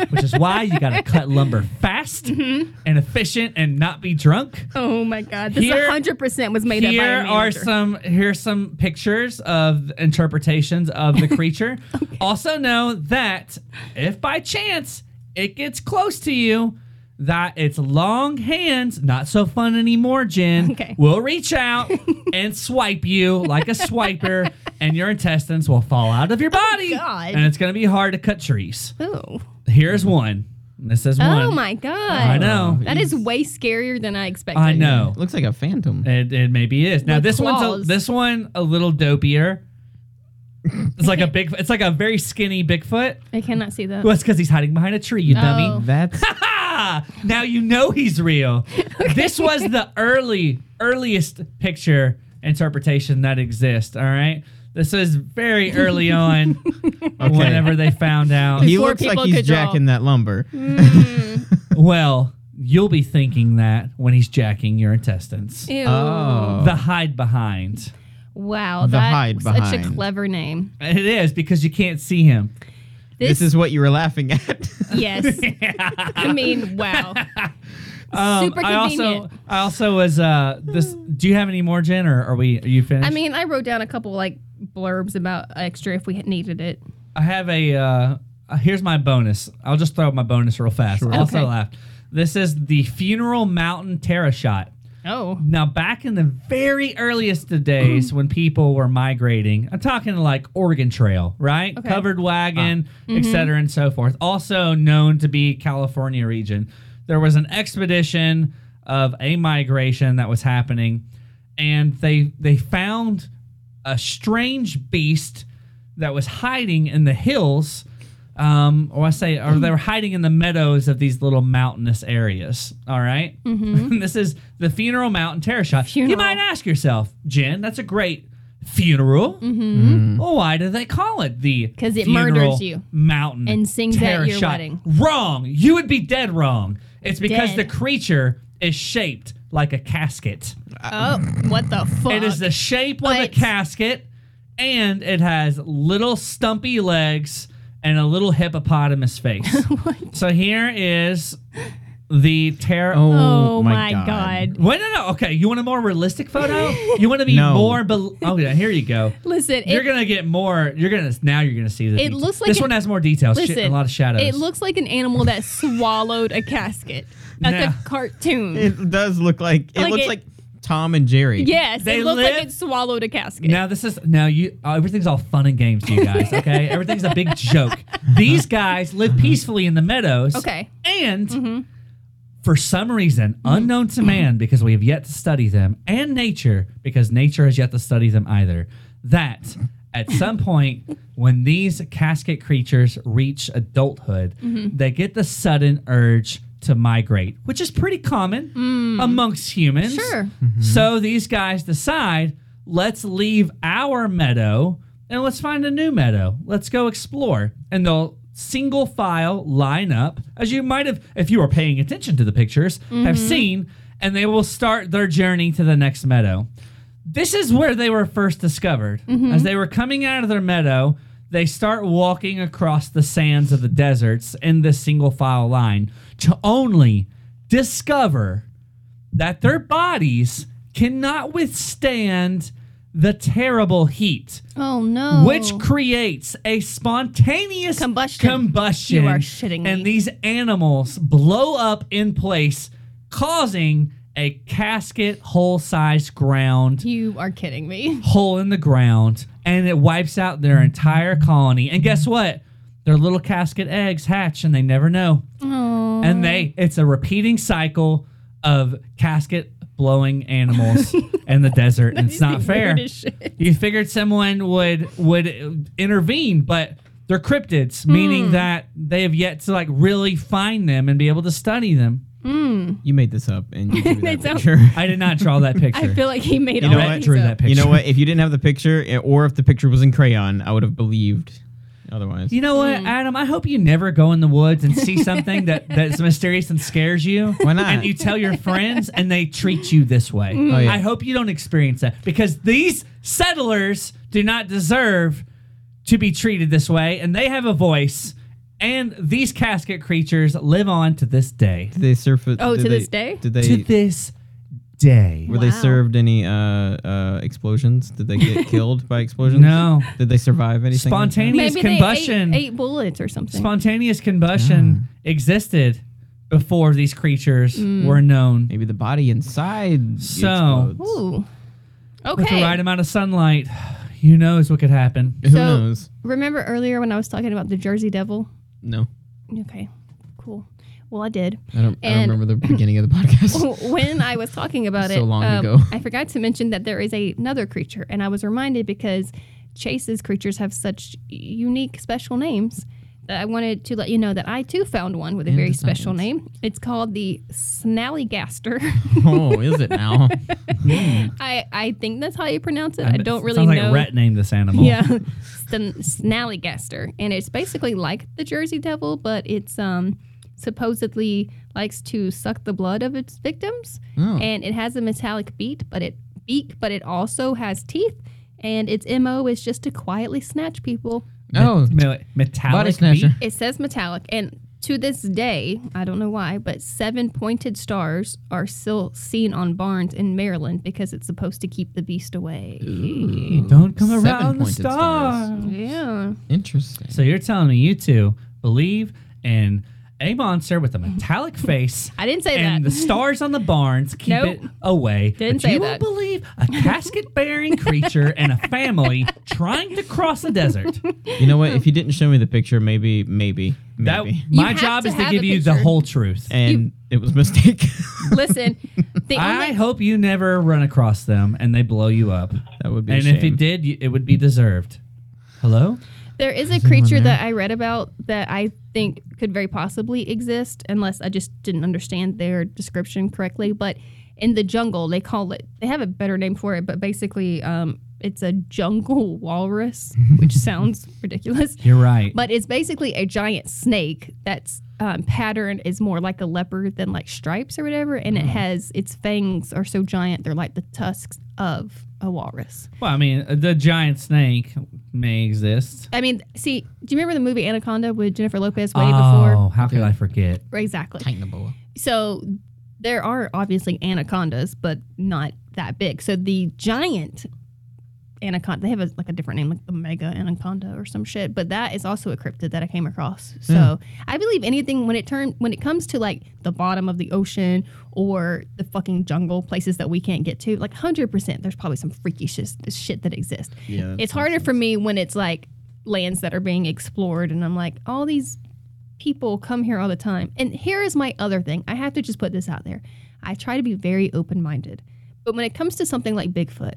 Speaker 3: Which is why you gotta cut lumber fast and efficient and not be drunk.
Speaker 2: Oh my God, this
Speaker 3: Here-
Speaker 2: 100% was made up by
Speaker 3: Here
Speaker 2: a
Speaker 3: are
Speaker 2: manager.
Speaker 3: some here's some pictures of interpretations of the creature. Also know that if by chance it gets close to you, that its long hands, not so fun anymore, Jen,
Speaker 2: Okay.
Speaker 3: will reach out and swipe you like a swiper, and your intestines will fall out of your body.
Speaker 2: Oh, God.
Speaker 3: And it's gonna be hard to cut trees.
Speaker 2: Oh.
Speaker 3: Here's one. This is one.
Speaker 2: Oh my God.
Speaker 3: I know.
Speaker 2: That is way scarier than I expected.
Speaker 3: I know.
Speaker 4: It looks like a phantom.
Speaker 3: It, it maybe is. Now
Speaker 2: With
Speaker 3: this one's a,
Speaker 2: claws.
Speaker 3: this one a little dopier. It's like a big. It's like a very skinny Bigfoot.
Speaker 2: I cannot see that.
Speaker 3: Well, it's because he's hiding behind a tree. You
Speaker 2: Oh.
Speaker 3: dummy.
Speaker 4: That's
Speaker 3: Ah! Now you know he's real. This was the early earliest picture interpretation that exists. All right. This is very early on. Whenever they found out.
Speaker 4: he
Speaker 2: Before
Speaker 4: looks like
Speaker 2: people
Speaker 4: he's
Speaker 2: could draw.
Speaker 4: jacking that lumber.
Speaker 3: Well, you'll be thinking that when he's jacking your intestines.
Speaker 2: Ew.
Speaker 4: Oh.
Speaker 3: The hide behind.
Speaker 2: Wow.
Speaker 4: The
Speaker 2: that's
Speaker 4: hide
Speaker 2: such a
Speaker 4: behind.
Speaker 2: clever name.
Speaker 3: It is because you can't see him.
Speaker 4: This,
Speaker 2: This,
Speaker 4: is what you were laughing at.
Speaker 2: yes. I mean, wow.
Speaker 3: Um,
Speaker 2: Super
Speaker 3: I also,
Speaker 2: convenient.
Speaker 3: I also was uh this. Do you have any more, Jen, or are we? Are you finished?
Speaker 2: I mean, I wrote down a couple like blurbs about extra if we had needed it.
Speaker 3: I have a. Uh, uh, here's my bonus. I'll just throw out my bonus real fast. Also
Speaker 2: Okay.
Speaker 3: laughed. This is the funeral mountain terror shot.
Speaker 2: Oh.
Speaker 3: Now, back in the very earliest of days when people were migrating, I'm talking like Oregon Trail, right?
Speaker 2: Okay.
Speaker 3: Covered wagon, et cetera, and so forth. Also known to be California region. There was an expedition of a migration that was happening, and they they found a strange beast that was hiding in the hills. Um, or I say, or
Speaker 2: Mm-hmm.
Speaker 3: they were hiding in the meadows of these little mountainous areas. All right? this is the funeral mountain terror shot. You
Speaker 2: Mm-hmm. Funeral.
Speaker 3: might ask yourself, Jen, that's a great funeral. Mm-hmm. Well, why do they call it the
Speaker 2: 'Cause it
Speaker 3: funeral
Speaker 2: murders you
Speaker 3: mountain
Speaker 2: and sings at
Speaker 3: terror
Speaker 2: your
Speaker 3: shot?
Speaker 2: wedding.
Speaker 3: Wrong. You would be dead wrong. It's because
Speaker 2: Dead.
Speaker 3: the creature is shaped like a casket.
Speaker 2: Oh, what the fuck?
Speaker 3: It is the shape of a
Speaker 2: But-
Speaker 3: casket, and it has little stumpy legs and a little hippopotamus face. so here is the terror.
Speaker 2: Oh my god.
Speaker 3: Wait, no, no. Okay, you want a more realistic photo? You want to be
Speaker 4: No.
Speaker 3: more. Be- oh yeah, here you go.
Speaker 2: Listen,
Speaker 3: You're
Speaker 2: it,
Speaker 3: gonna get more. You're gonna now. You're gonna see the.
Speaker 2: It
Speaker 3: detail.
Speaker 2: looks like
Speaker 3: this
Speaker 2: an-
Speaker 3: one has more details. shit,
Speaker 2: listen,
Speaker 3: and a lot of shadows.
Speaker 2: It looks like an animal that swallowed a casket. That's
Speaker 3: Yeah.
Speaker 2: a cartoon.
Speaker 4: It does look like it
Speaker 2: Like
Speaker 4: looks
Speaker 2: it-
Speaker 4: like Tom and Jerry.
Speaker 2: yes,
Speaker 3: They
Speaker 2: it looks
Speaker 3: live-
Speaker 2: like it swallowed a casket.
Speaker 3: Now this is now you uh, everything's all fun and games to you guys, okay? everything's a big joke. These guys live peacefully in the meadows.
Speaker 2: Uh-huh. Okay. Mm-hmm.
Speaker 3: And for some reason, unknown to man because we have yet to study them and nature because nature has yet to study them either, that at some point when these casket creatures reach adulthood,
Speaker 2: Mm-hmm.
Speaker 3: they get the sudden urge to migrate, which is pretty common amongst humans.
Speaker 2: Mm. Sure.
Speaker 3: So these guys decide, let's leave our meadow and let's find a new meadow. Let's go explore. And they'll single file line up, as you might have, if you were paying attention to the pictures, have seen, and they will start their journey to the next meadow. This is where they were first discovered. As they were coming out of their meadow, they start walking across the sands of the deserts in this single file line to only discover that their bodies cannot withstand the terrible heat,
Speaker 2: Oh no.
Speaker 3: which creates a spontaneous
Speaker 2: Combustion.
Speaker 3: combustion,
Speaker 2: You are shitting me.
Speaker 3: and these animals blow up in place, causing a casket hole size ground
Speaker 2: you are kidding me.
Speaker 3: hole in the ground and it wipes out their entire colony. And guess what? Their little casket eggs hatch and they never know. And they it's a repeating cycle of casket blowing animals in the desert. And it's not
Speaker 2: Weird
Speaker 3: fair.
Speaker 2: as shit.
Speaker 3: You figured someone would would intervene, but they're cryptids,
Speaker 2: Hmm.
Speaker 3: meaning that they have yet to like really find them and be able to study them.
Speaker 4: You made this up, and you drew
Speaker 2: They
Speaker 4: that
Speaker 2: don't-
Speaker 4: picture.
Speaker 3: I did not draw that picture.
Speaker 2: I feel like he made
Speaker 4: know
Speaker 2: all
Speaker 4: what?
Speaker 2: these
Speaker 3: drew
Speaker 2: up.
Speaker 3: that picture.
Speaker 4: You know what? If you didn't have the picture, eh, or if the picture was in crayon, I would have believed otherwise.
Speaker 3: You know what, Adam? I hope you never go in the woods and see something that that's mysterious and scares you.
Speaker 4: Why not?
Speaker 3: And you tell your friends, and they treat you this way.
Speaker 4: Oh, yeah.
Speaker 3: I hope you don't experience that because these settlers do not deserve to be treated this way, and they have a voice. And these casket creatures live on to this day.
Speaker 4: Did they serve? it-
Speaker 2: Oh,
Speaker 4: did
Speaker 2: to
Speaker 4: they-
Speaker 2: this day?
Speaker 4: Did they?
Speaker 3: to this day.
Speaker 4: were they
Speaker 2: Wow.
Speaker 4: served any uh, uh, explosions? Did they get killed by explosions?
Speaker 3: No.
Speaker 4: Did they survive anything? like that?
Speaker 3: Spontaneous-
Speaker 2: Maybe
Speaker 3: combustion.
Speaker 2: they ate, ate bullets or something.
Speaker 3: Spontaneous combustion existed before these creatures
Speaker 4: Hmm.
Speaker 3: were known.
Speaker 4: Maybe the body inside
Speaker 3: So-
Speaker 4: explodes.
Speaker 2: Ooh.
Speaker 3: with the
Speaker 2: Okay.
Speaker 3: right amount of sunlight, who knows what could happen?
Speaker 4: Who
Speaker 2: So-
Speaker 4: knows?
Speaker 2: Remember earlier when I was talking about the Jersey Devil?
Speaker 4: No,
Speaker 2: Okay. Cool. Well, I did.
Speaker 4: I don't. I
Speaker 2: And- Oh,
Speaker 4: don't remember the beginning of the podcast.
Speaker 2: when I was talking about
Speaker 4: So
Speaker 2: it, um,
Speaker 4: long ago.
Speaker 2: I forgot to mention that there is a, another creature, and I was reminded because Chase's creatures have such unique, special names that I wanted to let you know that I too found one with a very special name. It's called the Snallygaster.
Speaker 4: oh, is it now?
Speaker 2: I I think that's how you pronounce it. I don't really
Speaker 3: Sounds like
Speaker 2: know.
Speaker 3: Rhett named this animal.
Speaker 2: yeah, Sn- Snallygaster, and it's basically like the Jersey Devil, but it's um supposedly likes to suck the blood of its victims,
Speaker 4: Oh.
Speaker 3: Hmm.
Speaker 2: and it has a metallic beat, but it beak, but it also has teeth, and its mo is just to quietly snatch people.
Speaker 4: Oh,
Speaker 3: Me- metallic
Speaker 4: body snatcher.
Speaker 3: beak?
Speaker 2: It says metallic, and to this day, I don't know why, but seven pointed stars are still seen on barns in Maryland because it's supposed to keep the beast away.
Speaker 3: Don't come
Speaker 4: Seven
Speaker 3: around the
Speaker 4: pointed stars.
Speaker 3: star.
Speaker 2: Yeah.
Speaker 4: Interesting.
Speaker 3: So you're telling me you two believe in a monster with a metallic face.
Speaker 2: Mm-hmm. I didn't say
Speaker 3: and
Speaker 2: that.
Speaker 3: the stars on the barns keep
Speaker 2: Nope.
Speaker 3: it away. but
Speaker 2: Didn't say
Speaker 3: you
Speaker 2: that.
Speaker 3: won't believe a casket-bearing creature and a family trying to cross the desert.
Speaker 4: You know what? If you didn't show me the picture, maybe, maybe,
Speaker 3: That
Speaker 4: maybe.
Speaker 3: my
Speaker 2: have
Speaker 3: job
Speaker 2: to
Speaker 3: is to
Speaker 2: have
Speaker 3: give
Speaker 2: a
Speaker 3: you the
Speaker 2: picture.
Speaker 3: whole truth.
Speaker 4: and it was a mistake.
Speaker 2: Listen, the
Speaker 3: I
Speaker 2: only,
Speaker 3: hope you never run across them and they blow you up.
Speaker 4: that would be.
Speaker 3: And
Speaker 4: a shame.
Speaker 3: if it did, y- it would be deserved. Hello?
Speaker 2: there is a creature that I read about that I think could very possibly exist, unless I just didn't understand their description correctly. But in the jungle, they call it. They have a better name for it, but basically, um, it's a jungle walrus, which sounds ridiculous.
Speaker 3: You're right.
Speaker 2: But it's basically a giant snake that's um, pattern is more like a leopard than like stripes or whatever, and it has its fangs are so giant they're like the tusks of a walrus.
Speaker 3: well, I mean, uh, the giant snake may exist.
Speaker 2: I mean, see, do you remember the movie Anaconda with Jennifer Lopez way
Speaker 3: oh, how could I forget?
Speaker 2: before? Exactly. So there are obviously anacondas, but not that big. So the giant anaconda, they have a, like a different name, like the mega anaconda or some shit. But that is also a cryptid that I came across. So
Speaker 4: Hmm.
Speaker 2: I believe anything when it turn when it comes to like the bottom of the ocean or the fucking jungle places that we can't get to, like hundred percent, there's probably some freaky shit, shit that exists.
Speaker 4: Yeah, that
Speaker 2: it's harder for me when it's like lands that are being explored, and I'm like all these people come here all the time. And here is my other thing. I have to just put this out there. I try to be very open minded. But when it comes to something like Bigfoot,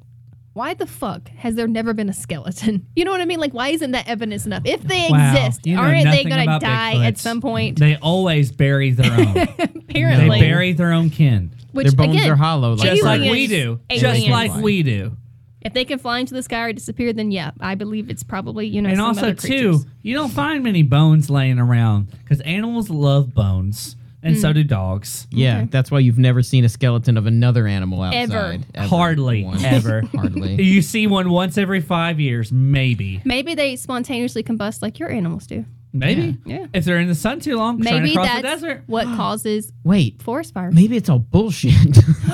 Speaker 2: why the fuck has there never been a skeleton? You know what I mean? Like, why isn't that evidence enough? If they
Speaker 3: Wow,
Speaker 2: exist,
Speaker 3: you know
Speaker 2: aren't they
Speaker 3: nothing
Speaker 2: going to
Speaker 3: about
Speaker 2: die
Speaker 3: Bigfoots.
Speaker 2: at some point?
Speaker 3: They always bury their own. they
Speaker 2: Apparently.
Speaker 3: bury their own kin.
Speaker 2: which,
Speaker 4: Their bones
Speaker 2: again,
Speaker 4: are hollow, like
Speaker 3: Just like
Speaker 2: Aliens.
Speaker 3: we do. Just
Speaker 2: Aliens.
Speaker 3: like we do.
Speaker 2: If they can fly into the sky or disappear, then yeah, I believe it's probably, you know,
Speaker 3: and
Speaker 2: some
Speaker 3: also
Speaker 2: other
Speaker 3: too,
Speaker 2: creatures.
Speaker 3: you don't find many bones laying around because animals love bones, and
Speaker 2: Hmm.
Speaker 3: so do dogs.
Speaker 4: Yeah, that's why you've never seen a skeleton of another animal
Speaker 2: Ever.
Speaker 4: outside.
Speaker 3: Hardly,
Speaker 4: Once.
Speaker 3: ever.
Speaker 4: Hardly.
Speaker 3: You see one once every five years, maybe.
Speaker 2: Maybe they spontaneously combust like your animals do.
Speaker 3: Maybe.
Speaker 2: Yeah. Yeah.
Speaker 3: If they're in the sun too long, trying to
Speaker 2: Maybe
Speaker 3: cross the
Speaker 2: that's
Speaker 3: desert.
Speaker 2: what causes
Speaker 4: Wait,
Speaker 2: forest fires.
Speaker 4: maybe it's all bullshit.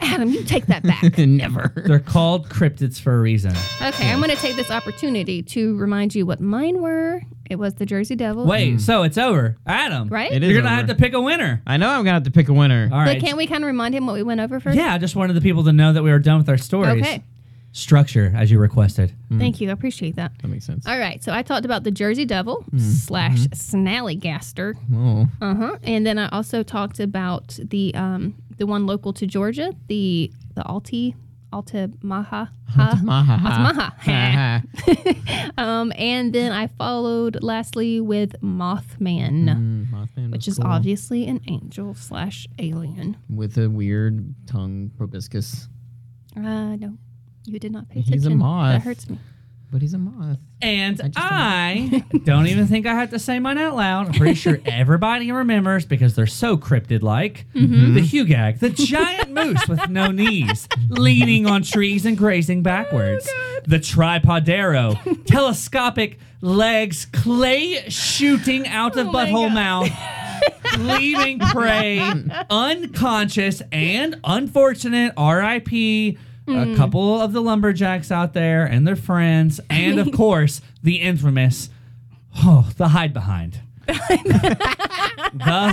Speaker 2: Adam, you take that back.
Speaker 4: Never.
Speaker 3: They're called cryptids for a reason.
Speaker 2: Okay, I'm going to take this opportunity to remind you what mine were. It was the Jersey Devil.
Speaker 3: Wait, so it's over. Adam.
Speaker 2: Right?
Speaker 4: It
Speaker 2: Hmm. It
Speaker 4: is
Speaker 2: is
Speaker 3: You're going to have to pick a winner.
Speaker 4: I know I'm gonna have to pick a winner.
Speaker 3: All
Speaker 2: But
Speaker 3: right.
Speaker 2: can't we kind of remind him what we went over first?
Speaker 3: yeah, I just wanted the people to know that we were done with our stories.
Speaker 2: Okay.
Speaker 3: Structure, as you requested.
Speaker 2: Thank you. I appreciate that.
Speaker 4: That makes sense.
Speaker 2: All right, so I talked about the Jersey Devil
Speaker 3: Mm-hmm.
Speaker 2: slash Snallygaster.
Speaker 4: Oh,
Speaker 2: Uh huh. And then I also talked about the um the one local to Georgia, the the Alti Altamaha. Ha.
Speaker 4: maha.
Speaker 2: Altamaha. um, and then I followed lastly with Mothman,
Speaker 3: Mm,
Speaker 4: Mm,
Speaker 2: which is obviously an angel slash alien.
Speaker 4: with a weird tongue proboscis,
Speaker 2: Uh, no, you did not pay
Speaker 4: He's a
Speaker 2: attention.
Speaker 4: moth.
Speaker 2: That hurts me.
Speaker 4: but he's a moth.
Speaker 3: And
Speaker 4: I just don't-
Speaker 3: I, don't even think I had to say mine out loud. I'm pretty sure everybody remembers because they're so cryptid like. The Hugag, the giant moose with no knees, leaning on trees and grazing backwards. the Tripodero, telescopic legs, clay shooting out of
Speaker 2: Oh my
Speaker 3: butthole
Speaker 2: God.
Speaker 3: mouth. leaving prey unconscious and unfortunate rip a couple of the lumberjacks out there and their friends and of course the infamous oh the hide behind the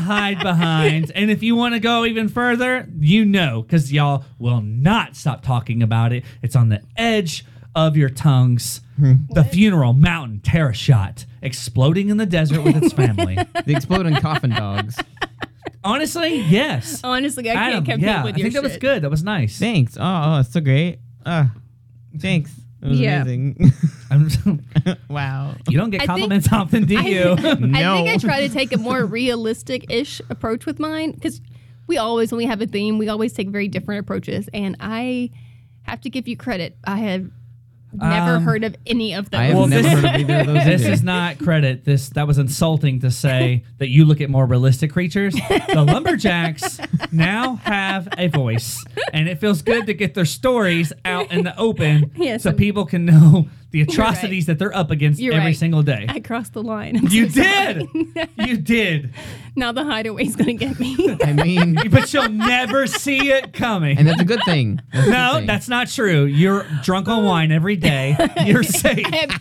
Speaker 3: hide behind and if you want to go even further you know because y'all will not stop talking about it it's on the edge of your tongues the funeral mountain terror shot exploding in the desert with its family
Speaker 4: The exploding coffin dogs.
Speaker 3: Honestly, yes.
Speaker 2: Honestly, Oh, I
Speaker 3: Adam,
Speaker 2: can't compete
Speaker 3: yeah,
Speaker 2: with
Speaker 3: I
Speaker 2: your
Speaker 3: think that was good. That was nice.
Speaker 4: Thanks. Oh, oh it's so great. Uh, thanks. It was
Speaker 2: Yeah.
Speaker 4: amazing.
Speaker 3: I'm-
Speaker 4: wow.
Speaker 3: you don't
Speaker 2: I
Speaker 3: get
Speaker 2: think-
Speaker 3: compliments often, do you?
Speaker 2: I think
Speaker 4: No.
Speaker 2: I try to take a more realistic ish approach with mine because we always, when we have a theme, we always take very different approaches. And I have to give you credit. I have never
Speaker 3: Um,
Speaker 2: heard of any of those.
Speaker 4: I have
Speaker 3: Well,
Speaker 4: never
Speaker 3: this-
Speaker 4: heard of either of those.
Speaker 3: this
Speaker 4: either.
Speaker 3: is not credit. This that was insulting to say that you look at more realistic creatures. The lumberjacks now have a voice, and it feels good to get their stories out in the open,
Speaker 2: Yes,
Speaker 3: so
Speaker 2: I'm-
Speaker 3: people can know the atrocities that they're up against
Speaker 2: You're
Speaker 3: every
Speaker 2: right.
Speaker 3: single day.
Speaker 2: I crossed the line. I'm
Speaker 3: you
Speaker 2: so sorry.
Speaker 3: did. you did.
Speaker 2: Now the hideaway's going to get me.
Speaker 4: I mean,
Speaker 3: But you'll never see it coming.
Speaker 4: and that's a good thing. That's a good
Speaker 3: No,
Speaker 4: thing.
Speaker 3: that's not true. You're drunk on wine every day. You're safe.
Speaker 2: it,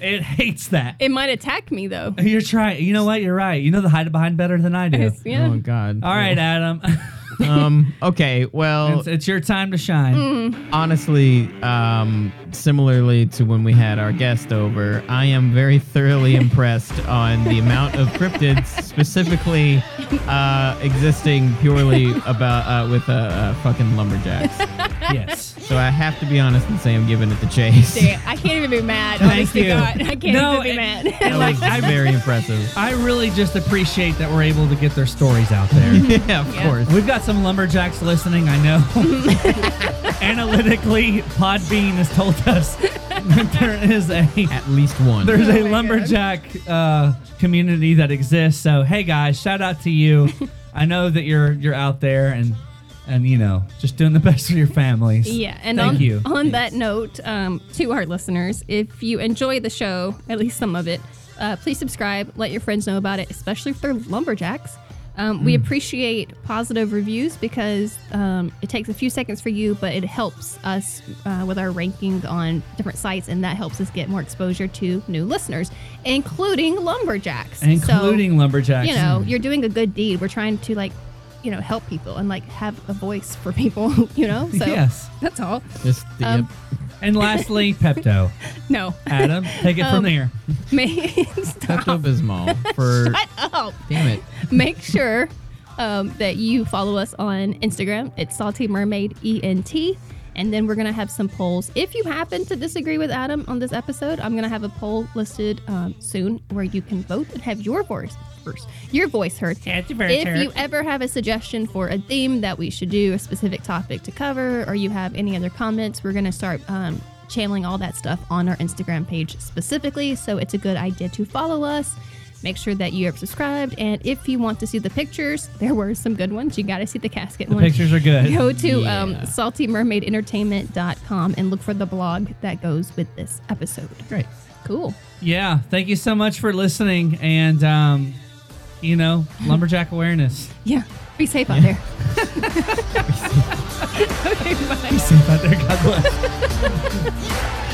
Speaker 3: It hates that.
Speaker 2: it might attack me, though.
Speaker 3: You're trying. You know what? You're right. You know the hide it behind better than I do.
Speaker 2: Yes, yeah.
Speaker 4: Oh God.
Speaker 3: All right, Adam.
Speaker 4: Um. Okay. Well,
Speaker 3: It's, it's your time to shine.
Speaker 2: Mm.
Speaker 4: honestly, um, similarly to when we had our guest over, I am very thoroughly impressed on the amount of cryptids, specifically uh, existing purely about uh, with uh, uh, fucking lumberjacks.
Speaker 3: Yes.
Speaker 4: So I have to be honest and say I'm giving it to Chase.
Speaker 2: Damn, I can't even be mad.
Speaker 3: Thank
Speaker 2: honest to
Speaker 3: you.
Speaker 2: God. I can't
Speaker 3: No,
Speaker 2: even be
Speaker 3: it-
Speaker 2: mad.
Speaker 4: That
Speaker 3: Like,
Speaker 4: was
Speaker 3: I-
Speaker 4: very impressive.
Speaker 3: I really just appreciate that we're able to get their stories out there.
Speaker 4: yeah, of
Speaker 2: Yeah.
Speaker 4: course.
Speaker 3: We've got some lumberjacks listening, I know. Analytically, Podbean has told us that there is a
Speaker 4: At least one.
Speaker 3: There's
Speaker 2: Oh my
Speaker 3: a
Speaker 2: God.
Speaker 3: lumberjack uh, community that exists. So hey guys, shout out to you. I know that you're you're out there and and you know just doing the best for your families.
Speaker 2: Yeah, and
Speaker 3: Thank
Speaker 2: on,
Speaker 3: you.
Speaker 2: on that note, um, to our listeners, if you enjoy the show, at least some of it, uh, please subscribe. Let your friends know about it, especially if they're lumberjacks. Um,
Speaker 3: Hmm.
Speaker 2: We appreciate positive reviews because um, it takes a few seconds for you, but it helps us uh, with our rankings on different sites, and that helps us get more exposure to new listeners, including lumberjacks. So,
Speaker 3: including lumberjacks.
Speaker 2: you know, you're doing a good deed. We're trying to like, you know, help people and like have a voice for people. You know, so
Speaker 3: Yes.
Speaker 2: that's all.
Speaker 4: Just the,
Speaker 2: Um,
Speaker 3: And lastly, Pepto.
Speaker 2: No,
Speaker 3: Adam, take it from
Speaker 2: Um,
Speaker 3: there.
Speaker 2: May- stop.
Speaker 4: Pepto Bismol for.
Speaker 2: Shut up.
Speaker 4: Damn it.
Speaker 2: Make sure um, that you follow us on Instagram. It's Salty Mermaid ENT. And then we're going to have some polls. If you happen to disagree with Adam on this episode, I'm going to have a poll listed um, soon where you can vote and have your voice first, your voice heard. If you ever have a suggestion for a theme that we should do, a specific topic to cover, or you have any other comments, we're going to start um, channeling all that stuff on our Instagram page specifically. So it's a good idea to follow us. Make sure that you are subscribed. And if you want to see the pictures, there were some good ones. You got to see the casket
Speaker 3: The
Speaker 2: one.
Speaker 3: pictures are good.
Speaker 2: Go to
Speaker 4: Yeah.
Speaker 2: um, saltymermaidentertainment.com and look for the blog that goes with this episode.
Speaker 4: Great.
Speaker 2: Cool.
Speaker 3: yeah, thank you so much for listening, and um, you know, lumberjack awareness.
Speaker 2: Yeah. Be safe out there. okay, bye.
Speaker 3: Safe out there, God bless.